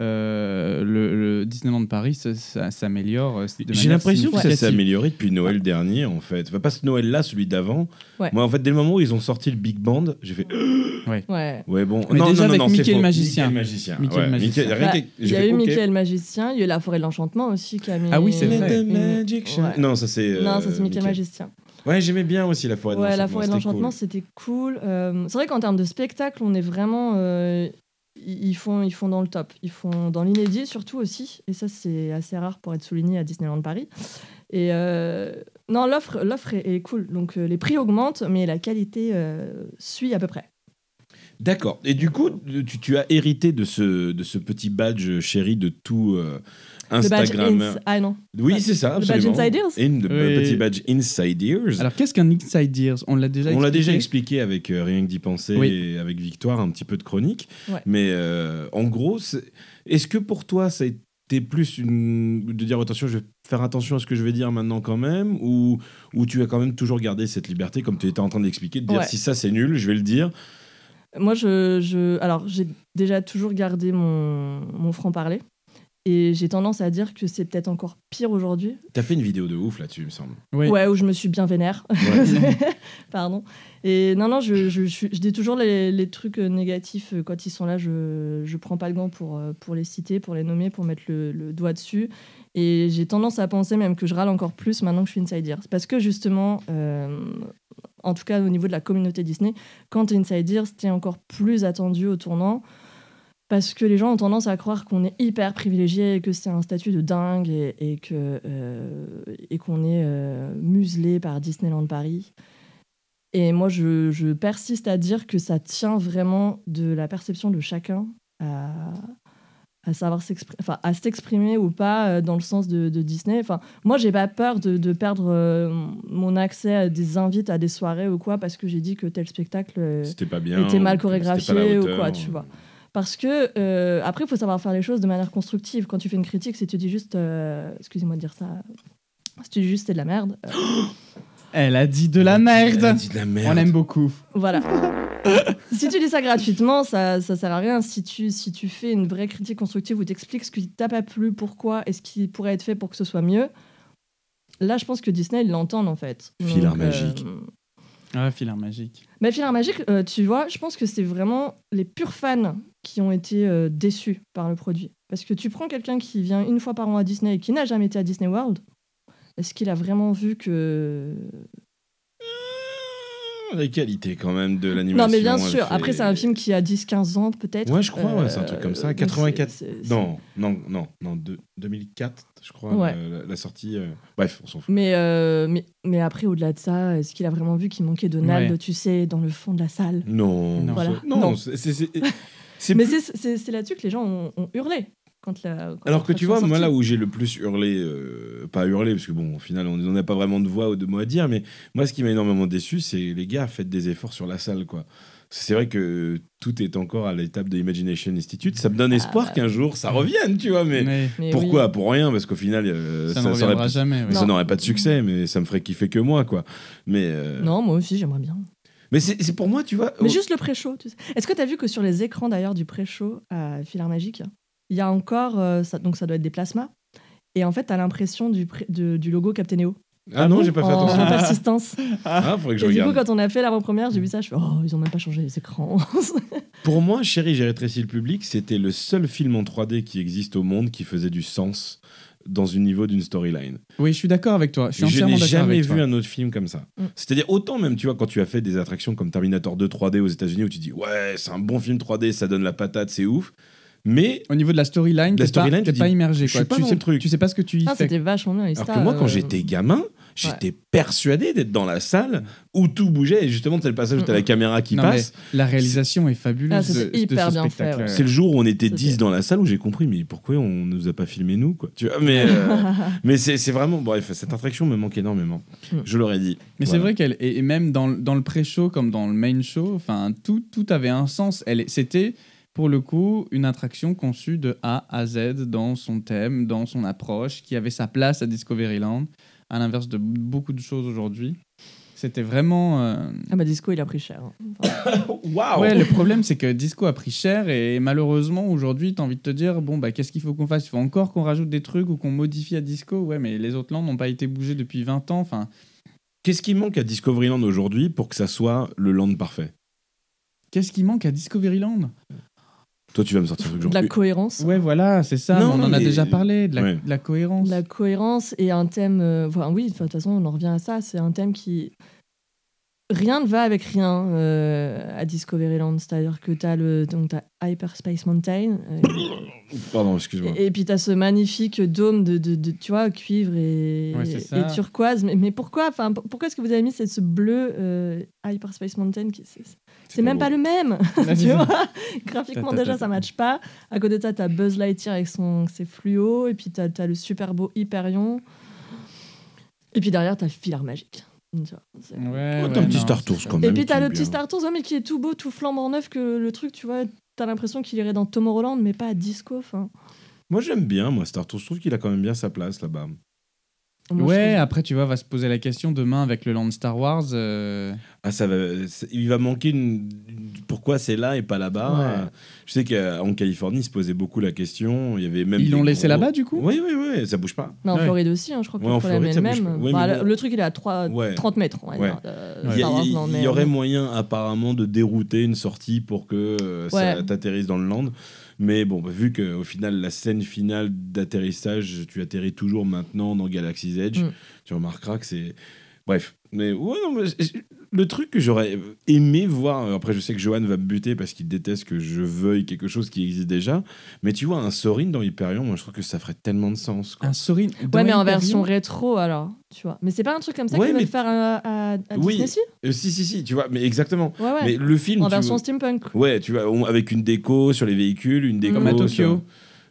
Speaker 2: euh, le, le Disneyland Paris ça- ça s'améliore. euh, de
Speaker 3: J'ai
Speaker 2: manière
Speaker 3: l'impression que ça s'est
Speaker 2: significative.
Speaker 3: amélioré depuis Noël dernier, en fait. Enfin, pas ce Noël-là, celui d'avant.
Speaker 1: Ouais.
Speaker 3: Moi, en fait, dès le moment où ils ont sorti le Big Band, j'ai fait. euh,
Speaker 1: Ouais.
Speaker 3: Ouais, bon.
Speaker 2: Mais
Speaker 3: non,
Speaker 2: déjà
Speaker 3: non,
Speaker 2: avec
Speaker 3: non, non, c'est
Speaker 2: Mickey le
Speaker 3: faux.
Speaker 2: magicien.
Speaker 3: Mickey le magicien.
Speaker 2: Mickey
Speaker 3: ouais.
Speaker 2: le magicien.
Speaker 3: Mickey- rien
Speaker 1: Bah,
Speaker 3: que-
Speaker 1: Il
Speaker 3: j'ai
Speaker 1: y a
Speaker 3: fait,
Speaker 1: eu
Speaker 3: ok.
Speaker 1: Michael Magicien, il y a eu La Forêt de l'Enchantement aussi qui a mis.
Speaker 2: Ah oui, c'est vrai.
Speaker 3: Let the
Speaker 1: Une-
Speaker 3: magic shine.
Speaker 1: Ouais.
Speaker 3: Non, ça c'est. euh,
Speaker 1: Non, ça c'est Michael
Speaker 3: Mickey.
Speaker 1: Magicien.
Speaker 3: Ouais, j'aimais bien aussi la forêt de
Speaker 1: Ouais, La
Speaker 3: l'Enchantement,
Speaker 1: Forêt de
Speaker 3: c'était cool.
Speaker 1: l'Enchantement, c'était cool. Euh, c'est vrai qu'en termes de spectacle, on est vraiment. euh, ils ils font, ils font dans le top, ils font dans l'inédit surtout aussi, et ça c'est assez rare pour être souligné à Disneyland Paris. Et euh, non, l'offre, l'offre est, est cool, donc euh, les prix augmentent, mais la qualité euh, suit à peu près.
Speaker 3: D'accord. Et du coup, tu, tu as hérité de ce, de ce petit badge chéri de tout euh,
Speaker 1: Le badge
Speaker 3: Instagram.
Speaker 1: Ins- ah non,
Speaker 3: Oui, c'est ça,
Speaker 1: Le badge
Speaker 3: absolument.
Speaker 1: Insiders
Speaker 3: Et une- le
Speaker 2: Oui.
Speaker 3: petit badge Insiders.
Speaker 2: Alors, qu'est-ce qu'un Inside Ears On l'a déjà
Speaker 3: On l'a
Speaker 2: expliqué.
Speaker 3: déjà expliqué avec euh, Rien que d'y penser
Speaker 2: Oui.
Speaker 3: et avec Victoire, un petit peu de chronique.
Speaker 1: Ouais.
Speaker 3: Mais euh, en gros, c'est- est-ce que pour toi, ça a été plus une... de dire attention, je vais faire attention à ce que je vais dire maintenant quand même Ou, ou tu as quand même toujours gardé cette liberté, comme tu étais en train d'expliquer, de dire
Speaker 1: Ouais.
Speaker 3: si ça c'est nul, je vais le dire
Speaker 1: Moi, je, je- alors j'ai déjà toujours gardé mon, mon franc parler et j'ai tendance à dire que c'est peut-être encore pire aujourd'hui.
Speaker 3: T'as fait une vidéo de ouf là-dessus, il me semble.
Speaker 2: Oui.
Speaker 1: Ouais, où je me suis bien vénère.
Speaker 3: Ouais.
Speaker 2: [laughs]
Speaker 1: Pardon. Et non, non, je, je, je suis- je dis toujours les, les trucs euh, négatifs euh, quand ils sont là. Je, je prends pas le gant pour, euh, pour les citer, pour les nommer, pour mettre le, le doigt dessus. Et j'ai tendance à penser même que je râle encore plus maintenant que je suis insider. C'est Parce que justement, euh, en tout cas au niveau de la communauté Disney, quand t'es insider, t'es encore plus attendu au tournant. Parce que les gens ont tendance à croire qu'on est hyper privilégié, et que c'est un statut de dingue et, et que, euh, et qu'on est euh, muselé par Disneyland Paris. Et moi, je, je persiste à dire que ça tient vraiment de la perception de chacun à, à savoir s'exprimer, enfin, à s'exprimer ou pas euh, dans le sens de, de Disney. Enfin, moi, j'ai pas peur de, de perdre euh, mon accès à des invites, à des soirées ou quoi, parce que j'ai dit que tel spectacle. euh,
Speaker 3: C'était pas bien.
Speaker 1: était mal
Speaker 3: ou c'était pas à la
Speaker 1: chorégraphié ou
Speaker 3: hauteur,
Speaker 1: quoi, tu
Speaker 3: euh.
Speaker 1: vois. Parce que, euh, après, il faut savoir faire les choses de manière constructive. Quand tu fais une critique, si tu dis juste, euh, excusez-moi de dire ça, si tu dis juste c'est de la merde, euh,
Speaker 2: Elle a dit de la
Speaker 3: Elle a
Speaker 2: merde.
Speaker 3: dit de la merde.
Speaker 2: On aime beaucoup.
Speaker 1: voilà. si tu dis ça gratuitement, ça, ça sert à rien. Si tu, si tu fais une vraie critique constructive où tu expliques ce qui t'a pas plu, pourquoi et ce qui pourrait être fait pour que ce soit mieux, là, je pense que Disney, ils l'entendent en fait.
Speaker 3: Filard
Speaker 1: Donc, euh,
Speaker 3: magique.
Speaker 2: Ah, filard magique.
Speaker 1: Mais Filard Magique, euh, tu vois, je pense que c'est vraiment les purs fans qui ont été euh, déçus par le produit. Parce que tu prends quelqu'un qui vient une fois par an à Disney et qui n'a jamais été à Disney World, est-ce qu'il a vraiment vu que.
Speaker 3: La qualité quand même de l'animation.
Speaker 1: Non, mais bien
Speaker 3: elle
Speaker 1: sûr.
Speaker 3: fait-
Speaker 1: Après, c'est un film qui a 10-15 ans, peut-être. Euh,
Speaker 3: Ouais, je crois, ouais, c'est un truc comme ça.
Speaker 1: donc
Speaker 3: 84.
Speaker 1: c'est- c'est-
Speaker 3: Non, non, non, non, de- 2004, je crois,
Speaker 1: Ouais.
Speaker 3: euh, la, la sortie. euh, Bref, on s'en fout.
Speaker 1: Mais, euh, mais, mais après, au-delà de ça, est-ce qu'il a vraiment vu qu'il manquait Donald,
Speaker 2: Ouais.
Speaker 1: tu sais, dans le fond de la salle
Speaker 3: Non,
Speaker 2: Non.
Speaker 1: Voilà.
Speaker 3: c'est- non,
Speaker 1: Non.
Speaker 3: c'est- c'est- c'est- c'est
Speaker 1: Mais
Speaker 3: plus-
Speaker 1: c'est- c'est c'est là-dessus que les gens ont, ont hurlé. Quand la, quand
Speaker 3: Alors que
Speaker 1: la
Speaker 3: tu
Speaker 1: chanson
Speaker 3: vois,
Speaker 1: est
Speaker 3: moi
Speaker 1: sortie.
Speaker 3: là où j'ai le plus hurlé, euh, pas hurlé, parce que bon, au final, on on n'a pas vraiment de voix ou de mots à dire, mais moi, ce qui m'a énormément déçu, c'est les gars, faites des efforts sur la salle, quoi. C'est vrai que tout est encore à l'étape de Imagination Institute. Ça me donne espoir qu'un jour ça revienne, tu vois, mais,
Speaker 2: Mais
Speaker 1: Mais oui.
Speaker 3: pourquoi Pour rien, parce qu'au final, euh,
Speaker 2: ça,
Speaker 3: ça-
Speaker 2: ne
Speaker 3: ça aurait
Speaker 2: reviendra
Speaker 3: pu-
Speaker 2: jamais. ouais.
Speaker 3: Mais ça
Speaker 1: Non.
Speaker 3: n'aurait pas de succès, mais ça me ferait kiffer que moi, quoi. Mais, euh,
Speaker 1: Non, moi aussi, j'aimerais bien.
Speaker 3: mais c'est c'est pour moi, tu vois.
Speaker 1: Mais
Speaker 3: oh,
Speaker 1: juste le pré-show, tu sais. Est-ce que tu as vu que sur les écrans d'ailleurs du pré-show à Filar Magique, il y a encore, euh, ça, donc ça doit être des plasmas, et en fait tu as l'impression du, pré- de- du logo Captain EO
Speaker 3: Ah non, j'ai pas fait
Speaker 1: en,
Speaker 3: attention.
Speaker 1: en [laughs] persistance.
Speaker 3: Ah, faudrait que [laughs] je
Speaker 1: Oh. et du coup,
Speaker 3: regarde.
Speaker 1: quand on a fait l'avant-première, j'ai vu ça, je fais Oh, ils ont même pas changé les écrans. [laughs]
Speaker 3: Pour moi, Chérie, j'ai rétréci le public, c'était le seul film en 3D qui existe au monde qui faisait du sens dans un niveau d'une storyline.
Speaker 2: Oui, je suis d'accord avec toi. Je suis
Speaker 3: Je n'ai
Speaker 2: entièrement d'accord
Speaker 3: jamais
Speaker 2: avec
Speaker 3: vu
Speaker 2: toi.
Speaker 3: un autre film comme ça.
Speaker 1: Mm.
Speaker 3: C'est-à-dire, autant même, tu vois, quand tu as fait des attractions comme Terminator 2 3D aux États-Unis où tu dis, ouais, c'est un bon film 3D, ça donne la patate, c'est ouf. Mais
Speaker 2: Au niveau de la storyline,
Speaker 3: La
Speaker 2: t'es pas,
Speaker 3: storyline,
Speaker 2: t'es
Speaker 3: tu
Speaker 2: pas
Speaker 3: dis,
Speaker 2: immergé.
Speaker 3: je
Speaker 2: Quoi.
Speaker 3: suis pas
Speaker 2: tu
Speaker 3: dans
Speaker 2: sais
Speaker 3: le truc.
Speaker 2: Tu sais pas ce que tu y
Speaker 1: Ah,
Speaker 2: fais.
Speaker 1: c'était vachement bien.
Speaker 2: euh,
Speaker 3: Alors que moi, quand j'étais gamin, J'étais persuadé d'être dans la salle où tout bougeait. Et justement, c'est le passage où t'as la
Speaker 1: Mm-mm.
Speaker 3: caméra qui
Speaker 2: Mm, Non, mais
Speaker 3: passe.
Speaker 2: La réalisation est fabuleuse.
Speaker 1: Ah, ça, c'est
Speaker 2: de- de
Speaker 1: hyper
Speaker 2: ce
Speaker 1: bien fait,
Speaker 2: spectacle.
Speaker 1: ouais.
Speaker 3: C'est le jour où on était
Speaker 1: C'était-
Speaker 3: 10 dans la salle où j'ai compris, mais pourquoi on nous a pas filmé nous quoi. Tu vois, mais euh,
Speaker 1: [laughs]
Speaker 3: mais c'est c'est vraiment bref, cette attraction me manque énormément.
Speaker 1: Mm.
Speaker 3: Je l'aurais dit.
Speaker 2: Mais c'est
Speaker 3: Voilà.
Speaker 2: vrai qu'elle et et même dans, le- dans le pré-show comme dans le main show, enfin tout tout avait un sens. Elle est- c'était pour le coup une attraction conçue de A à Z dans son thème, dans son approche, qui avait sa place à Discoveryland, à l'inverse de b- beaucoup de choses aujourd'hui. C'était vraiment. euh,
Speaker 1: Ah bah Disco, il a pris cher. hein. Enfin,
Speaker 3: Waouh.
Speaker 2: Ouais, le problème c'est que Disco a pris cher et malheureusement aujourd'hui t'as envie de te dire bon bah qu'est-ce qu'il faut qu'on fasse Il faut encore qu'on rajoute des trucs ou qu'on modifie à Disco Ouais, mais les autres landes n'ont pas été bougées depuis 20 ans. Enfin,
Speaker 3: Qu'est-ce qui manque à Discoveryland aujourd'hui pour que ça soit le land parfait
Speaker 2: qu'est-ce qui manque à Discoveryland
Speaker 3: Toi, tu vas me sortir un truc genre
Speaker 1: de la cohérence.
Speaker 2: Ouais, voilà, c'est ça.
Speaker 3: Non,
Speaker 2: mais on
Speaker 3: non,
Speaker 2: en a
Speaker 3: mais-
Speaker 2: déjà parlé, de la,
Speaker 3: Ouais.
Speaker 2: de la cohérence.
Speaker 1: La cohérence et un thème. euh, enfin, oui, de toute façon, on en revient à ça. C'est un thème qui. Rien ne va avec rien euh, à Discoveryland. C'est-à-dire que tu as, le... donc, t'as Hyperspace Mountain. euh,
Speaker 3: Pardon, excuse-moi.
Speaker 1: et, et puis tu as ce magnifique dôme de, de, de, tu vois, cuivre et,
Speaker 2: Ouais, c'est ça.
Speaker 1: et turquoise. Mais, mais pourquoi enfin, pour- Pourquoi est-ce que vous avez mis ce, ce bleu euh, Hyperspace Mountain qui, c'est- C'est même
Speaker 3: beau.
Speaker 1: pas le même tu vois [laughs] Graphiquement,
Speaker 2: Ta, ta, ta,
Speaker 1: déjà,
Speaker 2: ta.
Speaker 1: ça matche pas. À côté de ça, t'as Buzz Lightyear avec son, ses fluos, et puis t'as as le super beau Hyperion. Et puis derrière, t'as Filar Magique. Tu vois, c'est-
Speaker 2: [laughs] Ouais,
Speaker 3: Ouais,
Speaker 2: ouais,
Speaker 3: t'as un petit
Speaker 2: non,
Speaker 3: Star
Speaker 2: c'est
Speaker 3: Tours
Speaker 2: ça.
Speaker 3: quand même.
Speaker 1: Et puis t'as
Speaker 3: qui est
Speaker 1: le petit
Speaker 3: bien.
Speaker 1: Star Tours, ouais, mais qui est tout beau, tout flambant neuf, que le truc, tu vois, t'as l'impression qu'il irait dans Tomorrowland, mais pas à hein. Disco. enfin.
Speaker 3: Moi, j'aime bien, moi, Star Tours. Je trouve qu'il a quand même bien sa place là-bas.
Speaker 1: Moi, je
Speaker 2: Ouais,
Speaker 3: ah,
Speaker 1: trouve-
Speaker 2: après, tu vois, va se poser la question demain avec le Land Star Wars. euh,
Speaker 3: Ah, ça va, c'est- il va manquer une, une- pourquoi c'est là et pas là-bas.
Speaker 1: Ouais.
Speaker 3: Euh, Je sais qu'en Californie, ils se posaient beaucoup la question. Il y avait même
Speaker 2: Ils
Speaker 3: des
Speaker 2: l'ont laissé
Speaker 3: gros-
Speaker 2: là-bas, du coup
Speaker 3: Oui, oui, oui, ça bouge pas.
Speaker 1: Non, en
Speaker 2: Ouais.
Speaker 1: Floride aussi, hein, je crois que
Speaker 3: Ouais,
Speaker 1: le
Speaker 3: en
Speaker 1: problème
Speaker 3: Floride,
Speaker 1: est
Speaker 3: ça
Speaker 1: le
Speaker 3: bouge
Speaker 1: même.
Speaker 3: pas. Ouais,
Speaker 1: Bah,
Speaker 3: mais
Speaker 1: le-
Speaker 3: bon.
Speaker 1: Le truc, il est à 3,
Speaker 3: Ouais.
Speaker 1: 30 mètres. on va
Speaker 3: Ouais.
Speaker 1: dire, de
Speaker 3: Il y, a-
Speaker 1: Star Wars
Speaker 3: il-
Speaker 1: Land,
Speaker 3: il
Speaker 1: mais- euh,
Speaker 3: y aurait moyen apparemment de dérouter une sortie pour que euh, ça
Speaker 1: Ouais.
Speaker 3: t'atterrisse dans le land. Mais bon, bah, vu qu'au final, la scène finale d'atterrissage, tu atterris toujours maintenant dans Galaxy's Edge,
Speaker 1: Mm.
Speaker 3: tu remarqueras que c'est... Bref, mais ouais, non, mais j- le truc que j'aurais aimé voir, euh, après je sais que Johan va me buter parce qu'il déteste que je veuille quelque chose qui existe déjà, mais tu vois, un Sorin dans Hyperion, moi je trouve que ça ferait tellement de sens. quoi.
Speaker 2: Un Sorin.
Speaker 1: Ouais, mais en version rétro alors, tu vois. Mais c'est pas un truc comme ça
Speaker 3: Ouais,
Speaker 1: qu'ils
Speaker 3: mais-
Speaker 1: veulent faire euh, à, à,
Speaker 3: Oui,
Speaker 1: Disney, si
Speaker 3: Euh, si, si, si, tu vois, mais exactement.
Speaker 1: Ouais, ouais.
Speaker 3: Mais le film...
Speaker 1: en
Speaker 3: tu
Speaker 1: version
Speaker 3: vois-
Speaker 1: steampunk.
Speaker 2: Euh,
Speaker 3: Ouais, tu vois, on- avec une déco sur les véhicules, une déco
Speaker 2: Comme à
Speaker 1: Gros,
Speaker 2: Tokyo.
Speaker 3: sur-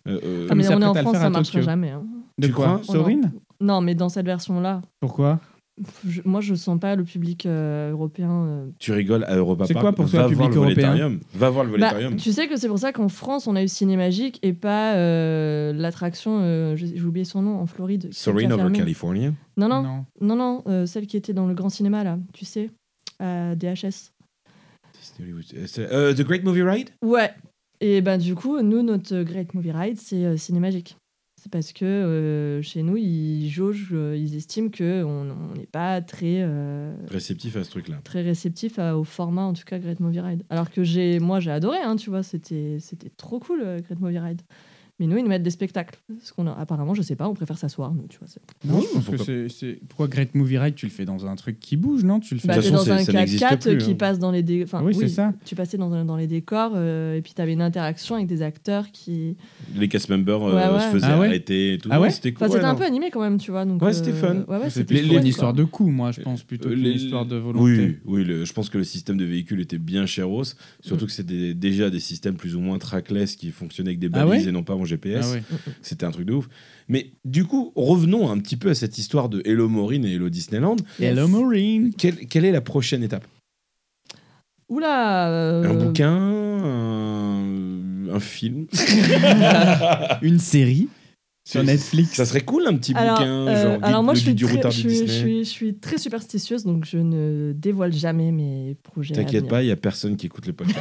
Speaker 3: euh, euh,
Speaker 1: Ah, mais,
Speaker 2: ça
Speaker 1: on est
Speaker 2: prête
Speaker 1: en
Speaker 2: à le
Speaker 1: France,
Speaker 2: faire à
Speaker 1: ça marchera
Speaker 2: Tokyo.
Speaker 1: jamais. hein.
Speaker 2: De
Speaker 3: Tu
Speaker 2: quoi
Speaker 3: crois
Speaker 2: Sorin
Speaker 1: Non, mais dans cette version-là,
Speaker 2: Pourquoi
Speaker 1: pff, je- moi, je sens pas le public euh, européen. euh.
Speaker 3: Tu rigoles à Europa
Speaker 2: C'est
Speaker 3: Park,
Speaker 2: quoi pour toi,
Speaker 3: va
Speaker 2: public
Speaker 3: voir le
Speaker 2: européen
Speaker 3: Volétarium. Va voir le
Speaker 1: Bah,
Speaker 3: Volétarium.
Speaker 1: tu sais que c'est pour ça qu'en France, on a eu Cinémagique et pas euh, l'attraction, euh, j'ai j'ai oublié son nom, en Floride. qui a
Speaker 3: Sorry, over
Speaker 1: fermé.
Speaker 3: California.
Speaker 1: Non, non, non, non, euh, celle qui était dans le grand cinéma, là, tu sais, à DHS.
Speaker 3: Disney Hollywood. Euh, c'est- euh, the Great Movie Ride
Speaker 1: Ouais. Et ben du coup, nous, notre Great Movie Ride, c'est euh, Cinémagique. C'est parce que euh, chez nous, ils jaugent, euh, ils estiment qu'on on n'est pas très, euh,
Speaker 3: Réceptif à ce truc-là.
Speaker 1: très réceptif à- au format, en tout cas, Great Movie Ride. Alors que j'ai, moi, j'ai adoré, hein, tu vois, c'était c'était trop cool, euh, Great Movie Ride. Mais nous, ils nous mettent des spectacles. Parce qu'on a- apparemment, je sais pas, on préfère s'asseoir, nous, tu vois. c'est-
Speaker 2: Non,
Speaker 3: Oui,
Speaker 2: je pense
Speaker 3: pourquoi
Speaker 2: que c'est- c'est. Pourquoi Great Movie Ride Tu le fais dans un truc qui bouge, non Tu le fais
Speaker 1: Bah,
Speaker 3: toute
Speaker 1: t'es
Speaker 3: façon,
Speaker 1: dans
Speaker 3: c'est-
Speaker 1: un
Speaker 3: ça n'existe
Speaker 1: 4x4
Speaker 3: plus,
Speaker 1: qui
Speaker 3: hein.
Speaker 1: passe dans les... dé- Enfin,
Speaker 2: Oui, c'est ça.
Speaker 1: Tu passais dans, dans les décors, euh, et puis t'avais une interaction avec des acteurs qui...
Speaker 3: Les cast members euh,
Speaker 1: Ouais, ouais.
Speaker 3: se faisaient
Speaker 2: Ah ouais
Speaker 3: arrêter et tout.
Speaker 2: Ah ouais
Speaker 3: c'était cool.
Speaker 1: Enfin, c'était
Speaker 3: Ouais,
Speaker 1: un
Speaker 3: non.
Speaker 1: peu animé quand même, tu vois. Donc, euh,
Speaker 3: Ouais, c'était fun.
Speaker 1: Ouais, ouais,
Speaker 2: C'est
Speaker 1: c'était
Speaker 2: plus
Speaker 3: les-
Speaker 1: chouette,
Speaker 2: pour une
Speaker 1: quoi.
Speaker 2: histoire de coup, moi, je pense, plutôt
Speaker 3: Euh,
Speaker 2: qu'une
Speaker 3: les-
Speaker 2: histoire de volonté.
Speaker 3: Oui, oui le- je pense que le système de véhicule était bien chéros,
Speaker 2: Mm.
Speaker 3: surtout que c'était déjà des systèmes plus ou moins trackless qui fonctionnaient avec des
Speaker 2: Ah
Speaker 3: balises
Speaker 2: ouais
Speaker 3: et non pas en GPS.
Speaker 2: Ah ouais.
Speaker 3: C'était un truc de ouf. Mais du coup, revenons un petit peu à cette histoire de Hello Maureen et Hello Disneyland.
Speaker 2: Hello
Speaker 1: Mm.
Speaker 2: Maureen
Speaker 3: Quelle, quelle est la prochaine étape
Speaker 1: Oula euh,
Speaker 3: Un bouquin un, un film
Speaker 2: Une série sur Netflix.
Speaker 3: Ça Ah. serait cool un petit
Speaker 1: alors,
Speaker 3: bouquin,
Speaker 1: euh,
Speaker 3: genre
Speaker 1: alors
Speaker 3: guide-
Speaker 1: moi
Speaker 3: le
Speaker 1: je suis,
Speaker 3: guide du
Speaker 1: très,
Speaker 3: retard
Speaker 1: je,
Speaker 3: du
Speaker 1: suis, je,
Speaker 3: Disney.
Speaker 1: suis, je suis très superstitieuse donc je ne dévoile jamais mes projets. à
Speaker 3: T'inquiète
Speaker 1: venir.
Speaker 3: pas, il y a personne qui écoute les podcasts.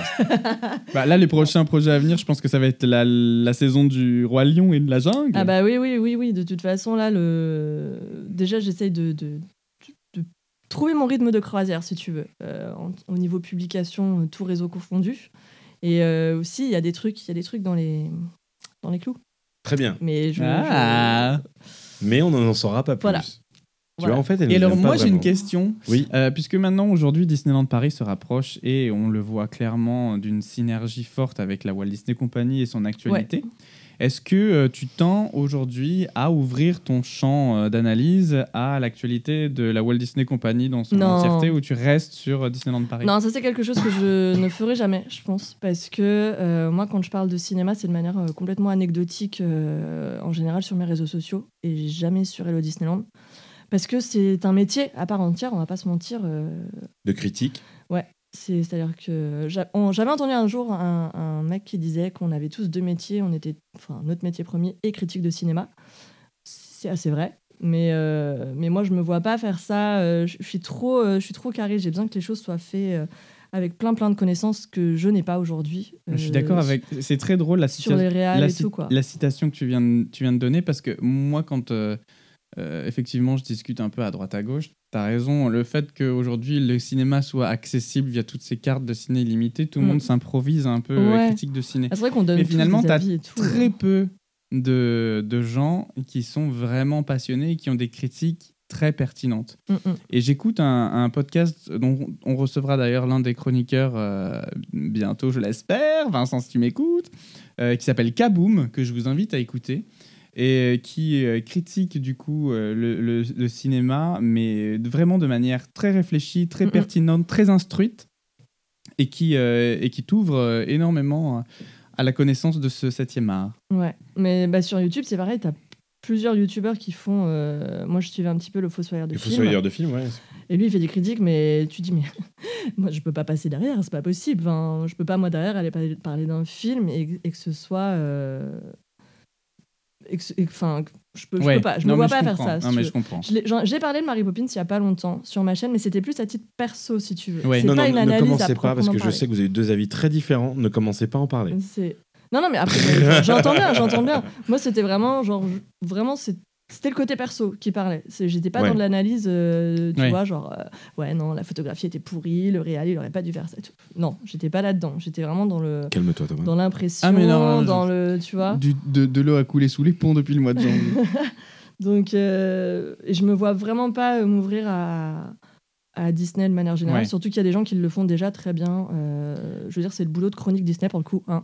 Speaker 2: Bah, là, les prochains projets à venir, je pense que ça va être la, la saison du Roi Lion et de la jungle.
Speaker 1: Ah bah oui oui oui oui de toute façon là le déjà j'essaye de, de, de trouver mon rythme de croisière si tu veux euh, en- au niveau publication euh, tout réseau confondu et euh, aussi il y a des trucs il y a des trucs dans les dans les clous
Speaker 3: [laughs] Très bien,
Speaker 1: mais je,
Speaker 2: Ah.
Speaker 1: je-
Speaker 3: mais on n'en saura pas plus.
Speaker 1: Voilà.
Speaker 3: Tu
Speaker 1: Voilà.
Speaker 3: vois, en fait, elle
Speaker 2: Et
Speaker 3: nous
Speaker 2: alors,
Speaker 3: aime pas
Speaker 2: moi, j'ai
Speaker 3: vraiment.
Speaker 2: une question.
Speaker 3: Oui.
Speaker 2: Euh, puisque maintenant, aujourd'hui, Disneyland Paris se rapproche et on le voit clairement d'une synergie forte avec la Walt Disney Company et son actualité. Est-ce que euh, tu tends aujourd'hui à ouvrir ton champ euh, d'analyse à l'actualité de la Walt Disney Company dans son
Speaker 1: Non.
Speaker 2: entièreté ou tu restes sur euh, Disneyland Paris
Speaker 1: Non, ça c'est quelque chose que je [laughs] ne ferai jamais, je pense, parce que euh, moi, quand je parle de cinéma, c'est de manière euh, complètement anecdotique, euh, en général sur mes réseaux sociaux, et jamais sur Hello Disneyland, parce que c'est un métier à part entière. On va pas se mentir. euh,
Speaker 3: de critique.
Speaker 1: c'est- C'est-à-dire que j'a- on- j'avais entendu un jour un, un mec qui disait qu'on avait tous deux métiers, on était, enfin notre métier premier est critique de cinéma. C'est assez vrai, mais euh, mais moi je me vois pas faire ça. euh, je je suis trop, euh, je suis trop carré. J'ai besoin que les choses soient faites euh, avec plein plein de connaissances que je n'ai pas aujourd'hui.
Speaker 2: Je suis
Speaker 1: euh,
Speaker 2: d'accord avec. C'est très drôle la
Speaker 1: sur
Speaker 2: situation.
Speaker 1: les réals et
Speaker 2: ci-
Speaker 1: tout quoi.
Speaker 2: la citation que tu viens, de, tu viens de donner, parce que moi, quand euh, euh, effectivement je discute un peu à droite à gauche, t'as raison, le fait qu'aujourd'hui le cinéma soit accessible via toutes ces cartes de ciné illimitées, tout le
Speaker 1: Mm.
Speaker 2: monde s'improvise un peu euh,
Speaker 1: Ouais.
Speaker 2: critique de ciné.
Speaker 1: Ah, c'est vrai qu'on donne
Speaker 2: Mais
Speaker 1: tous
Speaker 2: finalement,
Speaker 1: des
Speaker 2: t'as
Speaker 1: avis et tout. euh, hein.
Speaker 2: Très peu de, de gens qui sont vraiment passionnés et qui ont des critiques très pertinentes.
Speaker 1: Mm, mm.
Speaker 2: Et j'écoute un, un podcast dont on recevra d'ailleurs l'un des chroniqueurs euh, bientôt, je l'espère, Vincent, si tu m'écoutes, euh, qui s'appelle Kaboom, que je vous invite à écouter, et euh, qui euh, critique du coup euh, le, le- le cinéma, mais vraiment de manière très réfléchie, très
Speaker 1: Mhm.
Speaker 2: pertinente, très instruite, et qui, euh, et qui t'ouvre euh, énormément à la connaissance de ce septième art.
Speaker 1: Ouais, mais bah, sur YouTube, c'est pareil, t'as plusieurs youtubeurs qui font. euh, Moi, je suivais un petit peu le Fossoyeur de
Speaker 3: Il faut
Speaker 1: film.
Speaker 3: se de film, ouais.
Speaker 1: Et lui, il fait des critiques, mais tu dis, mais [laughs] moi, je peux pas passer derrière, c'est pas possible. Enfin, je peux pas, moi, derrière, aller par- parler d'un film et, et que ce soit. euh, et que ce- et que- Enfin, que je peux, je
Speaker 2: Ouais.
Speaker 1: peux pas, je
Speaker 2: Non,
Speaker 1: me vois
Speaker 2: mais
Speaker 1: pas faire
Speaker 2: comprends.
Speaker 1: ça. si
Speaker 2: Non,
Speaker 1: tu
Speaker 2: mais
Speaker 1: veux.
Speaker 2: je comprends.
Speaker 1: Je l'ai- j'en- J'ai parlé de Marie Poppins il y a pas longtemps sur ma chaîne, mais c'était plus à titre perso, si tu veux.
Speaker 2: Ouais.
Speaker 1: C'est
Speaker 3: Non,
Speaker 1: pas
Speaker 3: non,
Speaker 1: une
Speaker 3: ne
Speaker 1: analyse à
Speaker 3: commencez pas parce
Speaker 1: proprement
Speaker 3: que je
Speaker 1: parler.
Speaker 3: sais que vous avez deux avis très différents. Ne commencez pas à en parler.
Speaker 1: C'est- Non, non, mais après, j'entends- j'entends bien, j'entends bien. Moi, c'était vraiment, genre, je- vraiment, c'est- c'était le côté perso qui parlait. C'est- J'étais pas
Speaker 3: Ouais.
Speaker 1: dans de l'analyse, euh, tu
Speaker 2: Ouais.
Speaker 1: vois, genre, euh, ouais, non, la photographie était pourrie, le réal, il aurait pas dû faire ça. et tout. Non, j'étais pas là-dedans. J'étais vraiment dans le
Speaker 3: Calme-toi, Thomas.
Speaker 1: dans l'impression,
Speaker 2: Ah, mais non, non, non,
Speaker 1: dans le, tu vois.
Speaker 2: Du- de de l'eau a coulé sous les ponts depuis le mois de janvier.
Speaker 1: Donc, euh, et je me vois vraiment pas euh, m'ouvrir à, à Disney de manière générale,
Speaker 2: Ouais.
Speaker 1: surtout qu'il y a des gens qui le font déjà très bien. Euh, je veux dire, c'est le boulot de chronique Disney pour le coup. hein.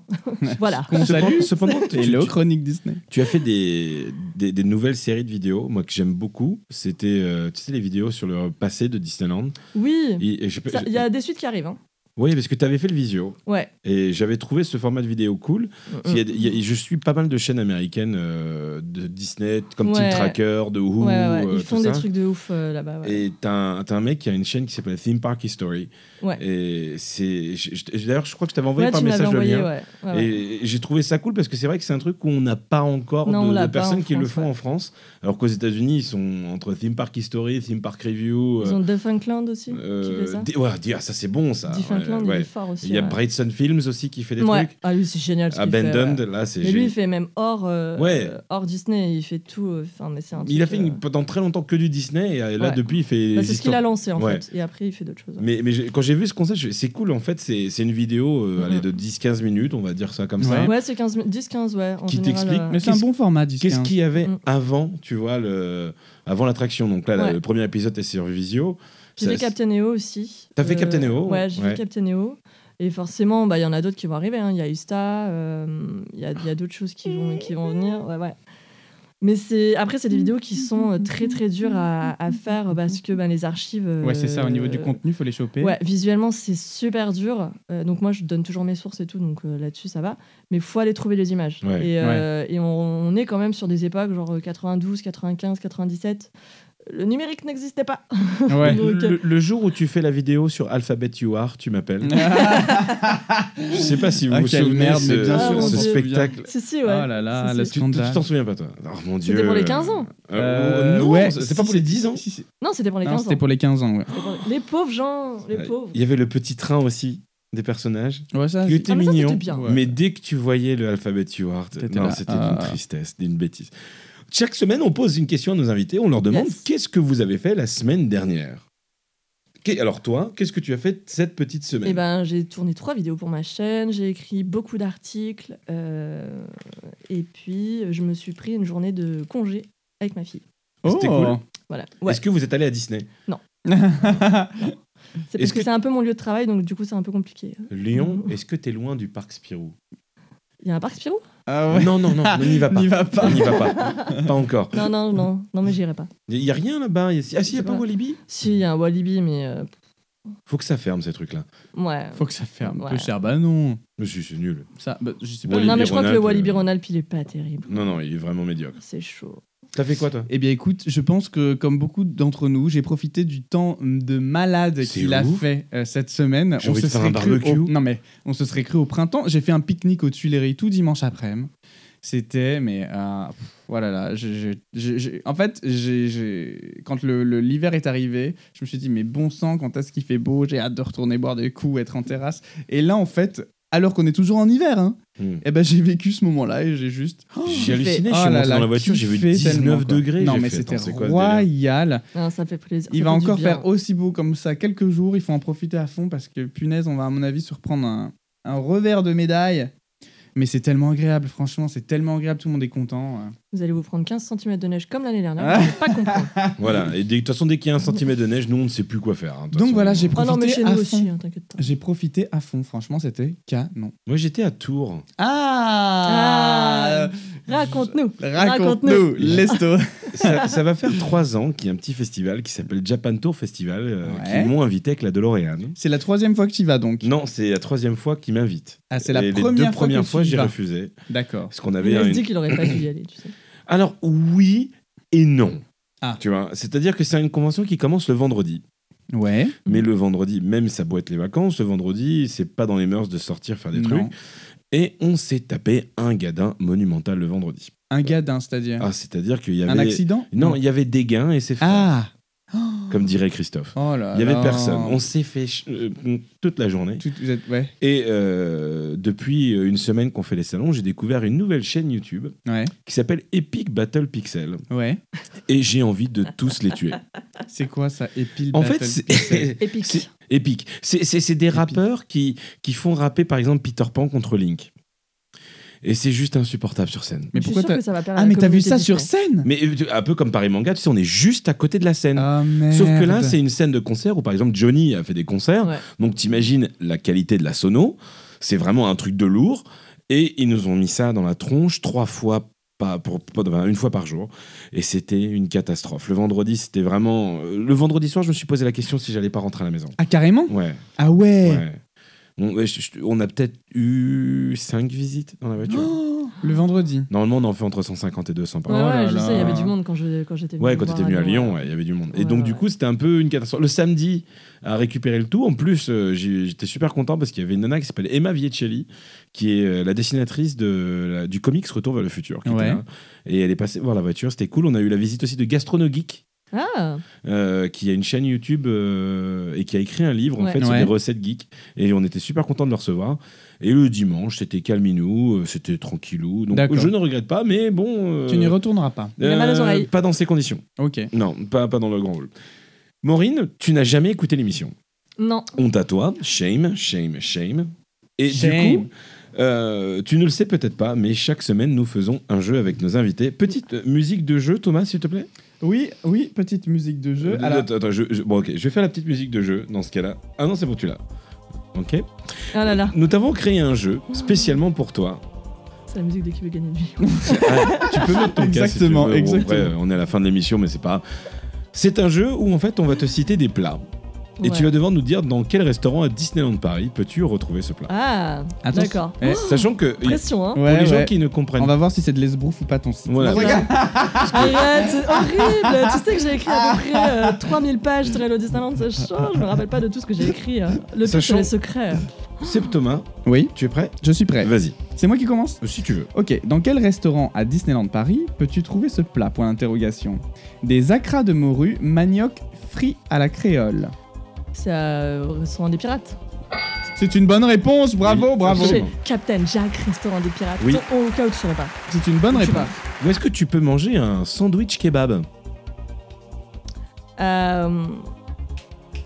Speaker 1: [laughs] voilà.
Speaker 2: Qu'on salue.
Speaker 3: Cependant, cependant, tu-
Speaker 2: [laughs] Et le
Speaker 3: tu-
Speaker 2: chronique Disney.
Speaker 3: Tu as fait des, des, des nouvelles séries de vidéos, moi que j'aime beaucoup. C'était, euh, tu sais, les vidéos sur le passé de Disneyland.
Speaker 1: Oui,
Speaker 3: Et- et je sais pas-
Speaker 1: Ça- il y a des suites qui arrivent. hein.
Speaker 3: Oui, parce que tu avais fait le visio.
Speaker 1: Ouais.
Speaker 3: Et j'avais trouvé ce format de vidéo cool.
Speaker 1: Mm,
Speaker 3: Il y a- il y a- je suis pas mal de chaînes américaines euh, de Disney, comme
Speaker 1: Ouais.
Speaker 3: Team Tracker, de
Speaker 1: Ouais,
Speaker 3: Who,
Speaker 1: ouais, ouais.
Speaker 3: euh,
Speaker 1: ils font
Speaker 3: tout
Speaker 1: des
Speaker 3: ça.
Speaker 1: trucs de ouf euh, là-bas. ouais.
Speaker 3: Et t'as un, t'as un mec qui a une chaîne qui s'appelle Theme Park History.
Speaker 1: Ouais.
Speaker 3: Et c'est. je- je- D'ailleurs, je crois que je t'avais envoyé
Speaker 1: Ouais,
Speaker 3: par
Speaker 1: tu me l'avais
Speaker 3: message le
Speaker 1: envoyé,
Speaker 3: lien.
Speaker 1: ouais. ouais, Ah ouais.
Speaker 3: Et j'ai trouvé ça cool parce que c'est vrai que c'est un truc où on n'a pas encore
Speaker 1: Non, on
Speaker 3: de- de,
Speaker 1: l'a pas en
Speaker 3: personnes qui le
Speaker 1: France,
Speaker 3: font
Speaker 1: ouais.
Speaker 3: en France. Alors qu'aux États-Unis, ils sont entre Theme Park History, Theme Park Review.
Speaker 1: Ils ont Defunkland aussi qui fait
Speaker 3: euh,
Speaker 1: ça.
Speaker 3: des- ouais, dire ça c'est bon ça.
Speaker 1: Defunkland,
Speaker 3: Ouais,
Speaker 1: il est
Speaker 3: ouais.
Speaker 1: fort aussi.
Speaker 3: Il y a
Speaker 1: ouais.
Speaker 3: Brightson Films aussi qui fait des
Speaker 1: Ouais.
Speaker 3: trucs.
Speaker 1: Ah, lui, c'est génial. ce qu'il fait,
Speaker 3: Abandoned,
Speaker 1: ouais.
Speaker 3: là c'est
Speaker 1: Mais lui,
Speaker 3: génial.
Speaker 1: il fait même hors, euh,
Speaker 3: Ouais.
Speaker 1: euh, hors Disney. Il fait tout. euh, Enfin, mais c'est un
Speaker 3: Il a fait
Speaker 1: truc,
Speaker 3: une-
Speaker 1: euh,
Speaker 3: pendant très longtemps que du Disney et euh, là
Speaker 1: Ouais.
Speaker 3: depuis il fait.
Speaker 1: bah,
Speaker 3: des
Speaker 1: c'est ce qu'il a
Speaker 3: histoires-
Speaker 1: lancé en
Speaker 3: Ouais.
Speaker 1: fait. Et après, il fait d'autres choses. ouais.
Speaker 3: Mais, mais j'ai- quand j'ai vu ce concept, je- c'est cool en fait. C'est c'est une vidéo euh,
Speaker 1: Mhm.
Speaker 3: allez, de 10-15 minutes, on va dire ça comme ça.
Speaker 2: Ouais.
Speaker 1: Ouais, c'est 15, 10-15, ouais. en
Speaker 3: Qui
Speaker 1: général,
Speaker 3: t'explique,
Speaker 1: euh,
Speaker 2: Mais c'est un
Speaker 3: Qu'est-ce-
Speaker 2: bon format, Disney.
Speaker 3: Qu'est-ce qu'il y avait
Speaker 1: Mhm.
Speaker 3: avant, tu vois, le... avant l'attraction Donc là, là,
Speaker 1: Ouais.
Speaker 3: le premier épisode est sur Visio.
Speaker 1: J'ai
Speaker 3: Ça,
Speaker 1: fait
Speaker 3: c'est-
Speaker 1: Captain EO aussi. Euh,
Speaker 3: T'as fait Captain EO,
Speaker 1: Ouais, j'ai
Speaker 3: ouais.
Speaker 1: fait Captain EO. Et forcément, bah, il y en a d'autres qui vont arriver. hein. Il y a Usta, euh, il y a, il y a d'autres choses qui vont, qui vont venir. Ouais, ouais. Mais c'est- après, c'est des vidéos qui sont euh, très très dures à, à faire parce que bah, les archives. euh,
Speaker 2: Ouais, c'est ça, au niveau du contenu, faut les choper.
Speaker 1: Ouais, visuellement, c'est super dur. Euh, donc, moi, je donne toujours mes sources et tout, donc euh, là-dessus, ça va. Mais faut aller trouver les images.
Speaker 3: Ouais.
Speaker 1: et euh, et on, on est quand même sur des époques genre euh, 92, 95, 97. Le numérique n'existait pas.
Speaker 2: [laughs] Ouais.
Speaker 1: Donc,
Speaker 3: Le, le jour où tu fais la vidéo sur Alphabet You Are,
Speaker 1: [laughs]
Speaker 3: tu m'appelles. Je sais pas si vous
Speaker 2: Ah,
Speaker 3: vous
Speaker 2: quelle
Speaker 3: souvenez
Speaker 2: merde, mais
Speaker 3: ce,
Speaker 2: bien
Speaker 1: sûr,
Speaker 3: ce Ah,
Speaker 1: on s'en souvient.
Speaker 3: spectacle.
Speaker 1: [laughs] Si, si,
Speaker 2: Oh
Speaker 1: ouais.
Speaker 2: là là,
Speaker 1: Si,
Speaker 2: le
Speaker 1: si.
Speaker 3: Tu tu
Speaker 2: scandale.
Speaker 3: t'en souviens pas toi Oh mon dieu.
Speaker 1: C'était pour les 15 ans.
Speaker 3: Euh,
Speaker 2: Euh,
Speaker 3: non,
Speaker 2: ouais,
Speaker 3: c'est
Speaker 2: si,
Speaker 3: pas pour
Speaker 2: si,
Speaker 3: les 10 ans.
Speaker 2: si, si.
Speaker 1: Non, c'était pour les
Speaker 2: Non,
Speaker 1: 15 ans.
Speaker 2: c'était pour les 15 ans, ouais.
Speaker 1: C'était pour- Les pauvres gens, les
Speaker 3: Ouais.
Speaker 1: pauvres.
Speaker 3: Il y avait le petit train aussi des personnages.
Speaker 2: Ouais, ça,
Speaker 3: qui
Speaker 2: c'est-
Speaker 3: était
Speaker 1: Ah, mais ça, c'était
Speaker 3: mignon.
Speaker 1: bien.
Speaker 2: Ouais.
Speaker 3: Mais dès que tu voyais le alphabet Stewart,
Speaker 2: T'étais
Speaker 3: non,
Speaker 2: là,
Speaker 3: c'était
Speaker 2: ah.
Speaker 3: d'une tristesse, d'une bêtise. Chaque semaine, on pose une question à nos invités. On leur demande
Speaker 1: Yes.
Speaker 3: qu'est-ce que vous avez fait la semaine dernière. Qu'est- Alors toi, qu'est-ce que tu as fait cette petite semaine
Speaker 1: Et ben, j'ai tourné trois vidéos pour ma chaîne, j'ai écrit beaucoup d'articles, euh, et puis je me suis pris une journée de congé avec ma fille.
Speaker 3: C'était
Speaker 2: Oh.
Speaker 1: Voilà. Ouais.
Speaker 3: Est-ce que vous êtes allé à Disney
Speaker 1: C'est parce
Speaker 3: est-ce
Speaker 1: que,
Speaker 3: que-
Speaker 1: c'est un peu mon lieu de travail, donc du coup c'est un peu compliqué.
Speaker 3: Lyon,
Speaker 1: Mhm.
Speaker 3: est-ce que t'es loin du parc Spirou
Speaker 1: Il y a un parc Spirou
Speaker 2: Ah ouais.
Speaker 3: Non, non, non, on n'y va pas.
Speaker 2: N'y va pas.
Speaker 3: On n'y va pas. Pas encore.
Speaker 1: Non, non, non, non, mais j'irai pas.
Speaker 3: Il n'y a rien là-bas. Y a- Ah si, il n'y a pas
Speaker 1: Voilà.
Speaker 3: Walibi
Speaker 1: Si, il y a un Walibi, mais. euh,
Speaker 3: Faut que ça ferme ces trucs-là.
Speaker 1: ouais.
Speaker 2: Faut que ça ferme un peu
Speaker 1: Ouais.
Speaker 2: cher. Bah non.
Speaker 3: Mais si, c'est nul.
Speaker 2: Ça, bah, je sais pas.
Speaker 3: Walibi
Speaker 1: non, mais je crois que le
Speaker 3: Rhône-Alpes,
Speaker 1: Walibi
Speaker 3: euh,
Speaker 1: Rhône-Alpes, il est pas terrible.
Speaker 3: Non, non, il est vraiment médiocre.
Speaker 1: C'est chaud.
Speaker 3: T'as fait quoi toi
Speaker 2: Eh bien, écoute, je pense que comme beaucoup d'entre nous, j'ai profité du temps de malade
Speaker 3: C'est
Speaker 2: qu'il a
Speaker 3: ouf.
Speaker 2: fait euh, cette semaine.
Speaker 3: J'ai envie de faire un
Speaker 2: cru au-
Speaker 3: barbecue.
Speaker 2: Non mais, on se serait cru au printemps. J'ai fait un pique-nique aux Tuileries tout dimanche après-midi. C'était, mais euh, pff, voilà là. je- je- je- je- en fait, j'ai- j'ai- quand le- le- l'hiver est arrivé, je me suis dit mais bon sang, quand est-ce qu'il fait beau J'ai hâte de retourner boire des coups, être en terrasse. Et là, en fait, alors qu'on est toujours en hiver, hein,
Speaker 3: Hmm.
Speaker 2: eh ben j'ai vécu ce moment-là et j'ai juste.
Speaker 3: J'ai halluciné,
Speaker 2: fait,
Speaker 3: je suis
Speaker 2: oh là
Speaker 3: monté
Speaker 2: là,
Speaker 3: dans la voiture, j'ai vu
Speaker 2: kiffé
Speaker 3: 19
Speaker 2: tellement, quoi.
Speaker 3: degrés.
Speaker 2: Non,
Speaker 3: j'ai
Speaker 2: mais
Speaker 3: fait,
Speaker 2: c'était
Speaker 3: attends, c'est quoi ce délire
Speaker 2: royal.
Speaker 1: Non, ça fait plaisir.
Speaker 2: Il
Speaker 1: ça
Speaker 2: va
Speaker 1: fait du
Speaker 2: encore
Speaker 1: bien.
Speaker 2: faire aussi beau comme ça quelques jours. Il faut en profiter à fond parce que, punaise, on va, à mon avis, se reprendre un, un revers de médaille. Mais c'est tellement agréable, franchement, c'est tellement agréable, tout le monde est content.
Speaker 1: Vous allez vous prendre 15 cm de neige comme l'année
Speaker 2: Ah,
Speaker 1: dernière. vous allez pas comprendre.
Speaker 2: [laughs]
Speaker 3: Voilà, et dès- de toute façon, dès qu'il y a un centimètre de neige, nous on ne sait plus quoi faire. hein, de toute
Speaker 2: Donc
Speaker 3: façon.
Speaker 2: voilà, j'ai
Speaker 1: Oh non, mais
Speaker 2: profité
Speaker 1: chez
Speaker 2: à
Speaker 1: nous
Speaker 2: fond.
Speaker 1: aussi, hein, t'inquiète pas.
Speaker 2: J'ai profité à fond, franchement, c'était canon.
Speaker 3: Moi j'étais à Tours.
Speaker 2: Ah,
Speaker 1: Ah. Raconte-nous.
Speaker 2: Raconte-nous,
Speaker 1: Raconte-nous.
Speaker 2: Lesto. [laughs]
Speaker 3: ça, ça va faire trois ans qu'il y a un petit festival qui s'appelle Japan Tour Festival, euh,
Speaker 2: Ouais.
Speaker 3: qui m'ont invité avec la DeLorean.
Speaker 2: C'est la troisième fois que tu y vas donc.
Speaker 3: Non, c'est la troisième fois qu'ils m'invitent.
Speaker 2: Ah, c'est la
Speaker 3: Et
Speaker 2: première
Speaker 3: les deux
Speaker 2: fois
Speaker 3: premières
Speaker 2: que tu
Speaker 3: fois,
Speaker 2: y
Speaker 3: j'ai
Speaker 2: vas.
Speaker 3: refusé.
Speaker 2: D'accord.
Speaker 3: Parce qu'on
Speaker 1: Il
Speaker 3: avait
Speaker 1: a
Speaker 3: un-
Speaker 1: dit qu'il aurait pas dû y aller, tu sais.
Speaker 3: Alors oui et non.
Speaker 2: Ah.
Speaker 3: Tu vois, c'est-à-dire que c'est une convention qui commence le vendredi.
Speaker 2: Ouais.
Speaker 3: Mais
Speaker 1: Mhm.
Speaker 3: le vendredi, même ça peut être les vacances, le vendredi, c'est pas dans les mœurs de sortir faire des
Speaker 2: Non.
Speaker 3: trucs. Et on s'est tapé un gadin monumental le vendredi.
Speaker 2: Un gadin, c'est-à-dire.
Speaker 3: Ah, c'est-à-dire qu'il y avait
Speaker 2: Un accident
Speaker 3: Non, il y avait des gains et c'est fort,
Speaker 2: Ah
Speaker 3: comme dirait Christophe.
Speaker 2: Oh là
Speaker 3: Il y avait
Speaker 2: là.
Speaker 3: personne. On s'est fait ch- euh, toute la journée.
Speaker 2: Tout- vous êtes... Ouais.
Speaker 3: Et euh, depuis une semaine qu'on fait les salons, j'ai découvert une nouvelle chaîne YouTube
Speaker 2: Ouais.
Speaker 3: qui s'appelle Epic Battle Pixel.
Speaker 2: Ouais.
Speaker 3: Et j'ai envie de tous les
Speaker 2: [laughs]
Speaker 3: tuer.
Speaker 2: C'est quoi ça Épile
Speaker 3: En
Speaker 2: Battle
Speaker 3: fait,
Speaker 2: [laughs] Pixel
Speaker 3: c'est
Speaker 1: Épique.
Speaker 3: [laughs] C'est- [coughs] épique. C'est- C'est c'est des rappeurs qui, qui font rapper, par exemple, Peter Pan contre Link. Et c'est juste insupportable sur scène.
Speaker 1: Je
Speaker 2: Mais
Speaker 1: suis
Speaker 2: pourquoi
Speaker 1: sûre
Speaker 2: t'as-
Speaker 1: que ça va plaire à
Speaker 2: Ah,
Speaker 1: la
Speaker 2: mais t'as vu
Speaker 1: communauté
Speaker 2: ça sur
Speaker 1: Disney.
Speaker 2: scène
Speaker 3: Mais euh, un peu comme Paris Manga, tu sais, on est juste à côté de la scène.
Speaker 2: Ah, merde.
Speaker 3: Sauf que là, c'est une scène de concert où, par exemple, Johnny a fait des concerts.
Speaker 1: Ouais.
Speaker 3: Donc, t'imagines la qualité de la sono. C'est vraiment un truc de lourd. Et ils nous ont mis ça dans la tronche trois fois, pas pour, pas- enfin, une fois par jour. Et c'était une catastrophe. Le vendredi, c'était vraiment. euh, Le vendredi soir, je me suis posé la question si j'allais pas rentrer à la maison.
Speaker 2: Ah, carrément
Speaker 3: Ouais.
Speaker 2: Ah ouais,
Speaker 3: ouais. On, ouais, je- je- on a peut-être eu cinq visites dans la voiture.
Speaker 2: Oh, Le vendredi.
Speaker 3: Normalement, on en fait entre 150 et 200 par
Speaker 1: Ouais,
Speaker 2: Oh
Speaker 3: an.
Speaker 2: là
Speaker 1: ouais, je
Speaker 2: là.
Speaker 1: sais, il y avait du monde quand je- quand j'étais
Speaker 3: Ouais,
Speaker 1: venue
Speaker 3: quand
Speaker 1: te
Speaker 3: t'étais
Speaker 1: voir
Speaker 3: venu à Lyon,
Speaker 1: ouais.
Speaker 3: ouais, il y avait du monde. et
Speaker 1: Ouais,
Speaker 3: donc, du
Speaker 1: ouais.
Speaker 3: coup, c'était un peu une catastrophe. Le samedi, à récupérer le tout. En plus, euh, j'ai- j'étais super content parce qu'il y avait une nana qui s'appelle Emma Viecelli, qui est euh, la dessinatrice de, la- du comics Retour vers le futur. qui était
Speaker 2: Ouais.
Speaker 3: là. Et elle est passée voir la voiture, c'était cool. On a eu la visite aussi de Gastronogeek,
Speaker 1: Ah,
Speaker 3: euh, qui a une chaîne YouTube euh, et qui a écrit un livre en
Speaker 1: Ouais.
Speaker 3: fait sur
Speaker 2: Ouais.
Speaker 3: des recettes geek. Et on était super content de le recevoir. Et le dimanche, c'était calminou, euh, c'était tranquillou. Donc,
Speaker 2: D'accord.
Speaker 3: je ne regrette pas, mais bon.
Speaker 2: Tu
Speaker 3: euh,
Speaker 2: n'y retourneras pas.
Speaker 1: Il a mal aux
Speaker 3: euh,
Speaker 1: oreilles.
Speaker 3: Pas dans ces conditions.
Speaker 2: Ok.
Speaker 3: Non, pas, pas dans le grand rôle. Maureen, tu n'as jamais écouté l'émission.
Speaker 1: non.
Speaker 3: Honte à toi, shame, shame, shame. Et du
Speaker 2: Shame.
Speaker 3: coup, euh, tu ne le sais peut-être pas, mais chaque semaine, nous faisons un jeu avec nos invités. Petite euh, musique de jeu, Thomas, s'il te plaît.
Speaker 2: Oui, oui, petite musique de jeu.
Speaker 3: Euh,
Speaker 2: à la-
Speaker 3: Attends, attends, je, je- bon, ok, je vais faire la petite musique de jeu dans ce cas-là. Ah non, c'est bon, tu l'as. Ok.
Speaker 1: Ah là là,
Speaker 3: Nous t'avons créé un jeu spécialement pour toi.
Speaker 1: c'est la musique de qui veut gagner de vie.
Speaker 3: Ah, tu peux mettre ton cas si tu veux.
Speaker 2: Exactement,
Speaker 3: Bon,
Speaker 2: exactement.
Speaker 3: après, euh, on est à la fin de l'émission, mais c'est pas. grave. C'est un jeu où en fait on va te citer des plats. Et tu
Speaker 1: Ouais.
Speaker 3: vas devoir nous dire dans quel restaurant à Disneyland Paris peux-tu retrouver ce plat.
Speaker 1: Ah,
Speaker 2: Attention.
Speaker 1: d'accord.
Speaker 2: Eh,
Speaker 3: Sachant que y-
Speaker 1: Pression, hein.
Speaker 3: pour
Speaker 2: Ouais,
Speaker 3: les gens
Speaker 2: ouais.
Speaker 3: qui ne comprennent
Speaker 2: On
Speaker 3: pas.
Speaker 2: va voir si c'est de l'esbrouf ou pas ton site.
Speaker 3: Voilà.
Speaker 2: Regarde.
Speaker 1: Arrête, c'est
Speaker 3: [laughs]
Speaker 1: horrible. tu sais que j'ai écrit à peu près euh, 3000 pages sur Hello Disneyland, ça change. Je me rappelle pas de tout ce que j'ai écrit. hein. Le pire,
Speaker 3: Sachant-
Speaker 1: c'est les secrets.
Speaker 3: C'est Thomas,
Speaker 2: Oui,
Speaker 3: tu es prêt
Speaker 2: je suis prêt.
Speaker 3: Vas-y,
Speaker 2: C'est moi qui commence
Speaker 3: Euh, si tu veux.
Speaker 2: Ok, dans quel restaurant à Disneyland Paris peux-tu trouver ce plat Point d'interrogation. Des acras de morue, manioc frit à la créole.
Speaker 1: C'est euh, au restaurant des pirates.
Speaker 2: C'est une bonne réponse, bravo,
Speaker 3: Oui,
Speaker 2: bravo.
Speaker 1: Chez
Speaker 3: absolument.
Speaker 1: Captain Jack, restaurant des pirates.
Speaker 3: Oui.
Speaker 1: Au cas où tu saurais pas.
Speaker 2: C'est une bonne
Speaker 1: Je sais
Speaker 2: réponse.
Speaker 3: Où est-ce que tu peux manger un sandwich kebab
Speaker 1: Euh,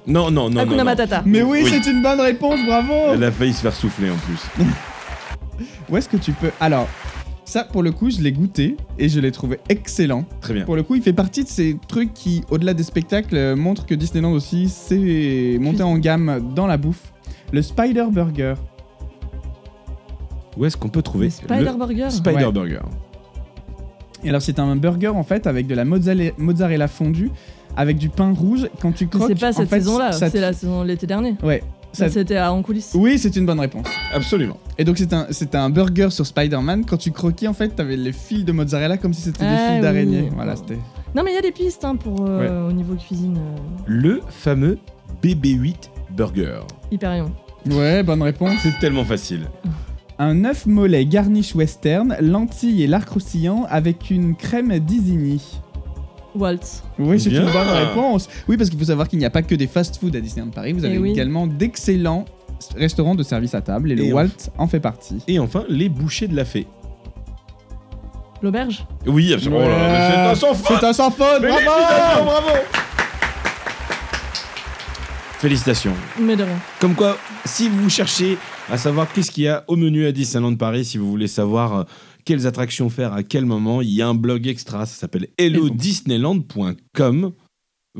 Speaker 3: Non, non,
Speaker 2: Ah,
Speaker 3: non. non,
Speaker 1: Hakuna
Speaker 3: non.
Speaker 1: Matata.
Speaker 2: Mais oui,
Speaker 3: Oui.
Speaker 2: c'est une bonne réponse, bravo.
Speaker 3: Elle a failli se faire souffler en plus.
Speaker 2: Où est-ce que tu peux Alors, ça pour le coup, je l'ai goûté et je l'ai trouvé excellent.
Speaker 3: Très bien.
Speaker 2: Pour le coup, il fait partie de ces trucs qui, au-delà des spectacles, euh, montrent que Disneyland aussi s'est monté en gamme dans la bouffe. Le Spider Burger.
Speaker 3: Où est-ce qu'on peut trouver
Speaker 1: Spider
Speaker 3: le
Speaker 1: Burger.
Speaker 3: Spider
Speaker 2: Ouais.
Speaker 3: Burger
Speaker 2: Et alors, c'est un burger en fait avec de la mozzarella, mozzarella fondue, avec du pain rouge. Quand tu croques.
Speaker 1: C'est pas
Speaker 2: en
Speaker 1: cette
Speaker 2: fait,
Speaker 1: saison-là,
Speaker 2: ça te-
Speaker 1: c'est la saison de l'été dernier.
Speaker 2: Ouais. ça-
Speaker 1: Mais C'était à en coulisses.
Speaker 2: Oui, c'est une bonne réponse.
Speaker 3: Absolument.
Speaker 2: Et donc, c'est un, c'est un burger sur Spider-Man. Quand tu croquais, en fait, t'avais les fils de mozzarella comme si c'était des
Speaker 1: Ah
Speaker 2: fils
Speaker 1: oui.
Speaker 2: d'araignée. Voilà, c'était.
Speaker 1: Non, mais il y a des pistes hein, pour, euh, au niveau cuisine. euh,
Speaker 3: Le fameux BB8 Burger.
Speaker 1: Hyperion.
Speaker 2: Ouais, bonne réponse.
Speaker 3: C'est tellement facile.
Speaker 2: Un œuf mollet garnish western, lentilles et lard croustillant avec une crème d'Isigny.
Speaker 1: Waltz.
Speaker 2: Oui, c'est
Speaker 3: Bien.
Speaker 2: une bonne réponse. Oui, parce qu'il faut savoir qu'il n'y a pas que des fast-food à Disneyland Paris. Vous
Speaker 1: Eh
Speaker 2: avez
Speaker 1: oui.
Speaker 2: également d'excellents restaurants de service à table et le
Speaker 3: Et
Speaker 2: Walt en fait partie.
Speaker 3: Et enfin, les bouchées de la fée.
Speaker 1: L'auberge
Speaker 3: Oui, absolument. Oh là là, mais c'est un sans faute
Speaker 2: C'est un sans faute,
Speaker 3: Mais
Speaker 2: bravo
Speaker 3: évidemment, bravo Félicitations.
Speaker 1: Mais de rien.
Speaker 3: Comme quoi, si vous cherchez à savoir qu'est-ce qu'il y a au menu à Disneyland Paris, si vous voulez savoir euh, quelles attractions faire à quel moment, il y a un blog extra, ça s'appelle hellodisneyland.com.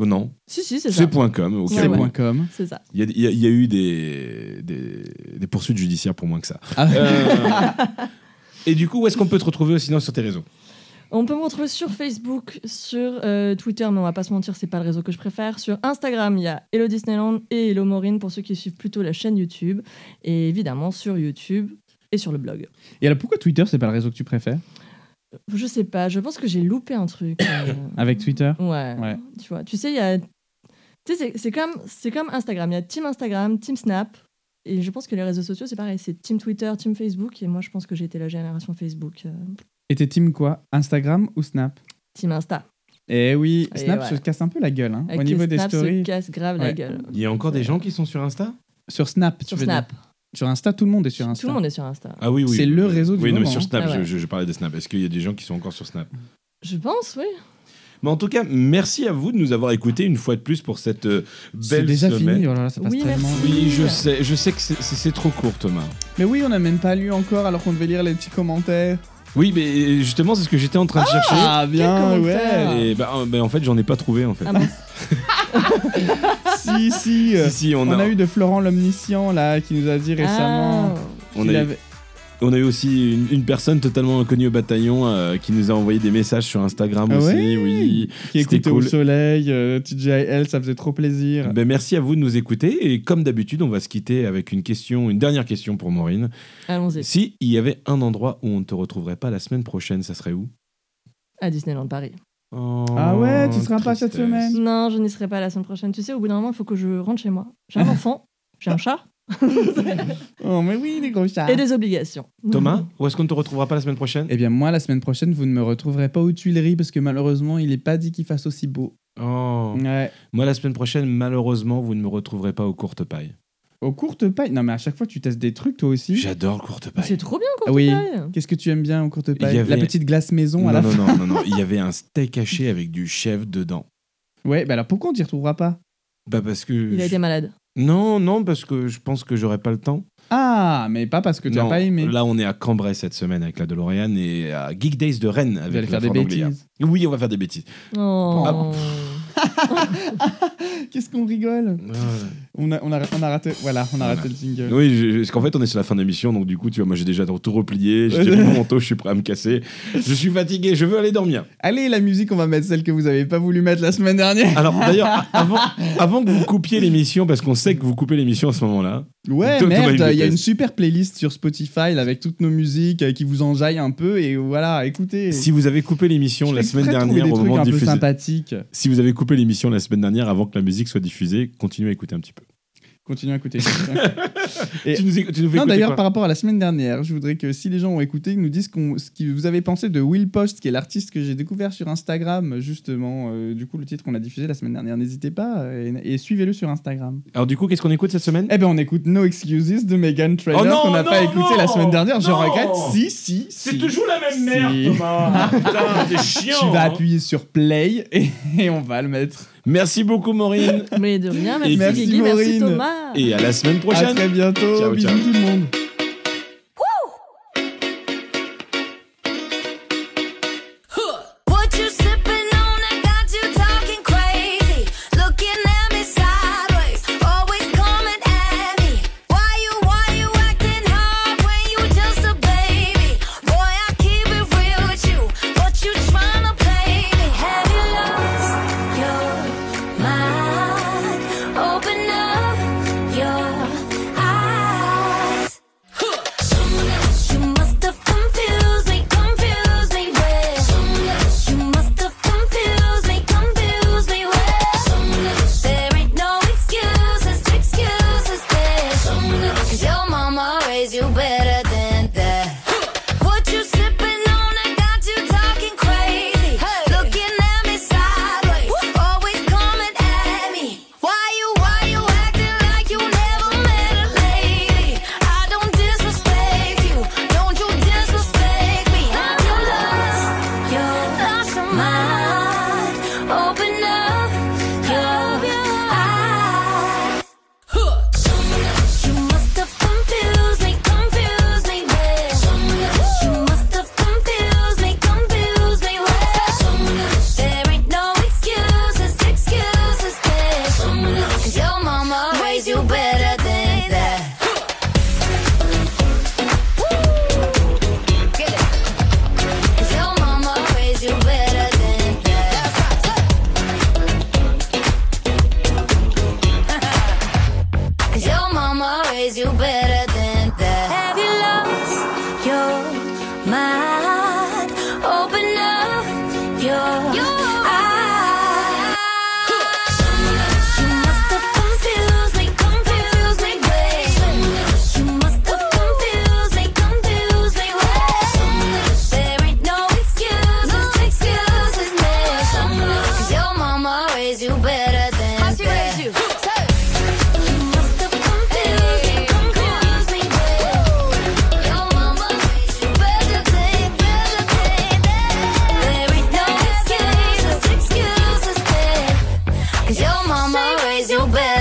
Speaker 3: Oh Non,
Speaker 1: Si, si, c'est ça.
Speaker 3: c'est point .com. ok.
Speaker 1: C'est
Speaker 2: C'est
Speaker 1: Ouais.
Speaker 2: point com.
Speaker 1: C'est ça.
Speaker 3: Il y, a- il y a- il y a eu des, des, des poursuites judiciaires pour moins que [laughs] ça.
Speaker 2: Ah.
Speaker 3: Euh, et du coup, où est-ce qu'on peut te retrouver sinon sur tes réseaux
Speaker 1: On peut me retrouver sur Facebook, sur euh, Twitter, mais on va pas se mentir, c'est pas le réseau que je préfère. Sur Instagram, il y a Hello Disneyland et Hello Maureen pour ceux qui suivent plutôt la chaîne YouTube. Et évidemment sur YouTube et sur le blog.
Speaker 2: Et alors pourquoi Twitter c'est pas le réseau que tu préfères
Speaker 1: Je sais pas, je pense que j'ai loupé un
Speaker 2: [coughs]
Speaker 1: truc. euh,
Speaker 2: avec Twitter
Speaker 1: ouais,
Speaker 2: Ouais.
Speaker 1: Tu vois, tu sais, il y a. Tu sais, c'est- c'est comme, c'est comme Instagram. Il y a Team Instagram, Team Snap. Et je pense que les réseaux sociaux, c'est pareil. C'est Team Twitter, Team Facebook. Et moi, je pense que j'ai été la génération Facebook. euh,
Speaker 2: Et t'es team quoi Instagram ou Snap
Speaker 1: team Insta.
Speaker 2: Eh oui,
Speaker 1: Et
Speaker 2: Snap
Speaker 1: ouais.
Speaker 2: se casse un peu la gueule hein,
Speaker 1: Avec
Speaker 2: au niveau
Speaker 1: les
Speaker 2: des
Speaker 1: Snap
Speaker 2: stories.
Speaker 1: se casse grave la
Speaker 2: Ouais.
Speaker 1: gueule.
Speaker 3: Il y a encore des gens qui sont sur Insta
Speaker 2: Sur Snap, tu
Speaker 1: Sur
Speaker 2: veux
Speaker 1: Snap.
Speaker 2: dire. Sur Insta, tout le monde est sur Insta.
Speaker 1: Tout le monde est sur Insta.
Speaker 3: Ah oui, oui.
Speaker 2: C'est le réseau du
Speaker 3: Oui, non, mais
Speaker 2: moment,
Speaker 3: sur
Speaker 2: hein.
Speaker 3: Snap,
Speaker 1: Ah ouais.
Speaker 3: je, je- je parlais de Snap. Est-ce qu'il y a des gens qui sont encore sur Snap
Speaker 1: Je pense, oui.
Speaker 3: Mais en tout cas, merci à vous de nous avoir écoutés une fois de plus pour cette euh,
Speaker 2: C'est
Speaker 3: belle
Speaker 2: déjà
Speaker 3: semaine.
Speaker 2: fini, oh là là, ça passe
Speaker 1: Oui,
Speaker 2: tellement
Speaker 1: merci.
Speaker 2: vite.
Speaker 3: Oui, je sais, je sais que c'est- c'est c'est trop court, Thomas.
Speaker 2: Mais oui, on n'a même pas lu encore alors qu'on devait lire les petits commentaires.
Speaker 3: Oui, mais euh, justement, c'est ce que j'étais en train de chercher.
Speaker 2: Ah bien,
Speaker 1: commentaire.
Speaker 2: ouais.
Speaker 3: Et bah, euh, bah, en fait, j'en ai pas trouvé en fait.
Speaker 1: Ah mince.
Speaker 2: si, si. euh,
Speaker 3: si, si, on,
Speaker 2: On
Speaker 3: a,
Speaker 2: a eu de Florent l'Omniscient là qui nous a dit récemment.
Speaker 1: Ah.
Speaker 3: on,
Speaker 2: qu'il
Speaker 3: a eu,
Speaker 2: avait-
Speaker 3: on a eu aussi une, une personne totalement inconnue au bataillon euh, qui nous a envoyé des messages sur Instagram
Speaker 2: Ah
Speaker 3: aussi.
Speaker 2: ouais
Speaker 3: Oui.
Speaker 2: qui
Speaker 3: C'était
Speaker 2: écoutait au
Speaker 3: cool.
Speaker 2: soleil, euh, TGIL, ça faisait trop plaisir.
Speaker 3: Ben, merci à vous de nous écouter. Et comme d'habitude, on va se quitter avec une question, une dernière question pour Maureen.
Speaker 1: Allons-y.
Speaker 3: Si il y avait un endroit où on ne te retrouverait pas la semaine prochaine, ça serait où
Speaker 1: À Disneyland Paris.
Speaker 3: Oh,
Speaker 2: Ah ouais, tu seras pas cette
Speaker 3: tristesse.
Speaker 2: semaine.
Speaker 1: Non, je n'y serai pas la semaine prochaine. Tu sais, au bout d'un moment, il faut que je rentre chez moi. J'ai
Speaker 2: [laughs]
Speaker 1: un enfant, j'ai un chat
Speaker 2: Oh mais oui, les gros chats.
Speaker 1: et des obligations.
Speaker 3: Thomas, où est-ce qu'on ne te retrouvera pas la semaine prochaine
Speaker 2: Eh bien moi la semaine prochaine vous ne me retrouverez pas aux Tuileries parce que malheureusement il est pas dit qu'il fasse aussi beau.
Speaker 3: Oh.
Speaker 2: Ouais.
Speaker 3: Moi, la semaine prochaine, malheureusement, vous ne me retrouverez pas au courte paille.
Speaker 2: Aux courtes pailles. Non mais à chaque fois tu testes des trucs toi aussi.
Speaker 3: J'adore courte
Speaker 1: C'est
Speaker 3: paille.
Speaker 1: trop bien, quoi.
Speaker 2: Ah oui.
Speaker 1: Total.
Speaker 2: Qu'est-ce que tu aimes bien aux courtes
Speaker 3: Il y
Speaker 2: pailles
Speaker 3: avait-
Speaker 2: La petite glace maison
Speaker 3: Non,
Speaker 2: à la
Speaker 3: non,
Speaker 2: fin.
Speaker 3: non, non, non. Il y avait un steak haché avec du chef dedans.
Speaker 2: Ouais, bah alors pourquoi on t'y retrouvera pas
Speaker 3: Bah parce que.
Speaker 1: Il a
Speaker 3: je-
Speaker 1: été malade.
Speaker 3: Non, non, parce que je pense que j'aurais pas le temps.
Speaker 2: Ah, mais pas parce que tu
Speaker 3: Non,
Speaker 2: n'as pas aimé.
Speaker 3: Là, on est à Cambrai cette semaine avec la DeLorean et à Geek Days de Rennes
Speaker 2: Vous allez
Speaker 3: avec la
Speaker 2: faire des
Speaker 3: Ford Anglia.
Speaker 2: bêtises.
Speaker 3: Oui, on va faire des bêtises.
Speaker 1: Oh.
Speaker 2: Ah bon. Qu'est-ce qu'on rigole on a, on, a, on a raté. Voilà, on a
Speaker 3: Voilà.
Speaker 2: raté le jingle.
Speaker 3: Oui, je- je- parce qu'en fait, on est sur la fin de l'émission, donc du coup, tu vois, moi j'ai déjà tout replié,
Speaker 2: [laughs]
Speaker 3: j'ai déjà mis mon manteau, je suis prêt à me casser. Je suis fatigué, je veux aller dormir.
Speaker 2: Allez, la musique, on va mettre celle que vous avez pas voulu mettre la semaine dernière.
Speaker 3: Alors d'ailleurs, avant, avant que vous coupiez l'émission, parce qu'on sait que vous coupez l'émission à ce moment-là,
Speaker 2: Ouais,
Speaker 3: Thomas, il
Speaker 2: merde, il y a
Speaker 3: déteste.
Speaker 2: une super playlist sur Spotify là, avec toutes nos musiques euh, qui vous enjaillent un peu. Et voilà, écoutez.
Speaker 3: si vous avez coupé l'émission
Speaker 2: Je
Speaker 3: la
Speaker 2: fais
Speaker 3: semaine
Speaker 2: exprès de trouver
Speaker 3: dernière
Speaker 2: des
Speaker 3: au
Speaker 2: trucs
Speaker 3: moment
Speaker 2: un peu
Speaker 3: diffusé,
Speaker 2: sympathiques.
Speaker 3: si vous avez coupé l'émission la semaine dernière avant que la musique soit diffusée, continuez à écouter un petit peu.
Speaker 2: Continue
Speaker 3: [laughs]
Speaker 2: à écouter. Et-
Speaker 3: Tu nous, éc- tu nous fais
Speaker 2: Non,
Speaker 3: écouter
Speaker 2: d'ailleurs,
Speaker 3: quoi
Speaker 2: par rapport à la semaine dernière, je voudrais que si les gens ont écouté, ils nous disent qu'on- ce que vous avez pensé de Will Post, qui est l'artiste que j'ai découvert sur Instagram, justement. euh, du coup, le titre qu'on a diffusé la semaine dernière. N'hésitez pas euh, et, et suivez-le sur Instagram.
Speaker 3: Alors du coup, qu'est-ce qu'on écoute cette semaine
Speaker 2: Eh ben, on écoute No Excuses de Megan Trainor
Speaker 3: Oh non,
Speaker 2: qu'on n'a pas
Speaker 3: non,
Speaker 2: écouté la
Speaker 3: non,
Speaker 2: semaine dernière. Je
Speaker 3: non.
Speaker 2: regrette. Si, si, si.
Speaker 3: la même
Speaker 2: Si. merde, [laughs]
Speaker 3: Thomas Putain, t'es hein.
Speaker 2: Tu vas appuyer sur play et, et on va le mettre.
Speaker 3: Merci beaucoup, Maureen
Speaker 1: Mais de rien, merci,
Speaker 3: merci,
Speaker 1: Guigui, merci
Speaker 2: Maureen.
Speaker 1: Thomas.
Speaker 3: Et à la semaine
Speaker 2: À
Speaker 3: prochaine
Speaker 2: très bientôt.
Speaker 3: Ciao,
Speaker 2: Bisous
Speaker 3: ciao.
Speaker 2: tout le monde.
Speaker 4: What you sipping on that got you talking crazy? Looking at me sideways, always coming at me. Why you, why you acting hard when you just a baby? your mind. Open up your, eyes. You must have confused me, confused me, ways. You must have confused me, confused me, ways. There ain't no excuses, excuses now. 'Cause Your mama raised you better than How she raised you? You must have confused me, confused me, ways. Your mama raised you better than, better than that. There ain't no excuses, excuses now. 'Cause your mama raised you better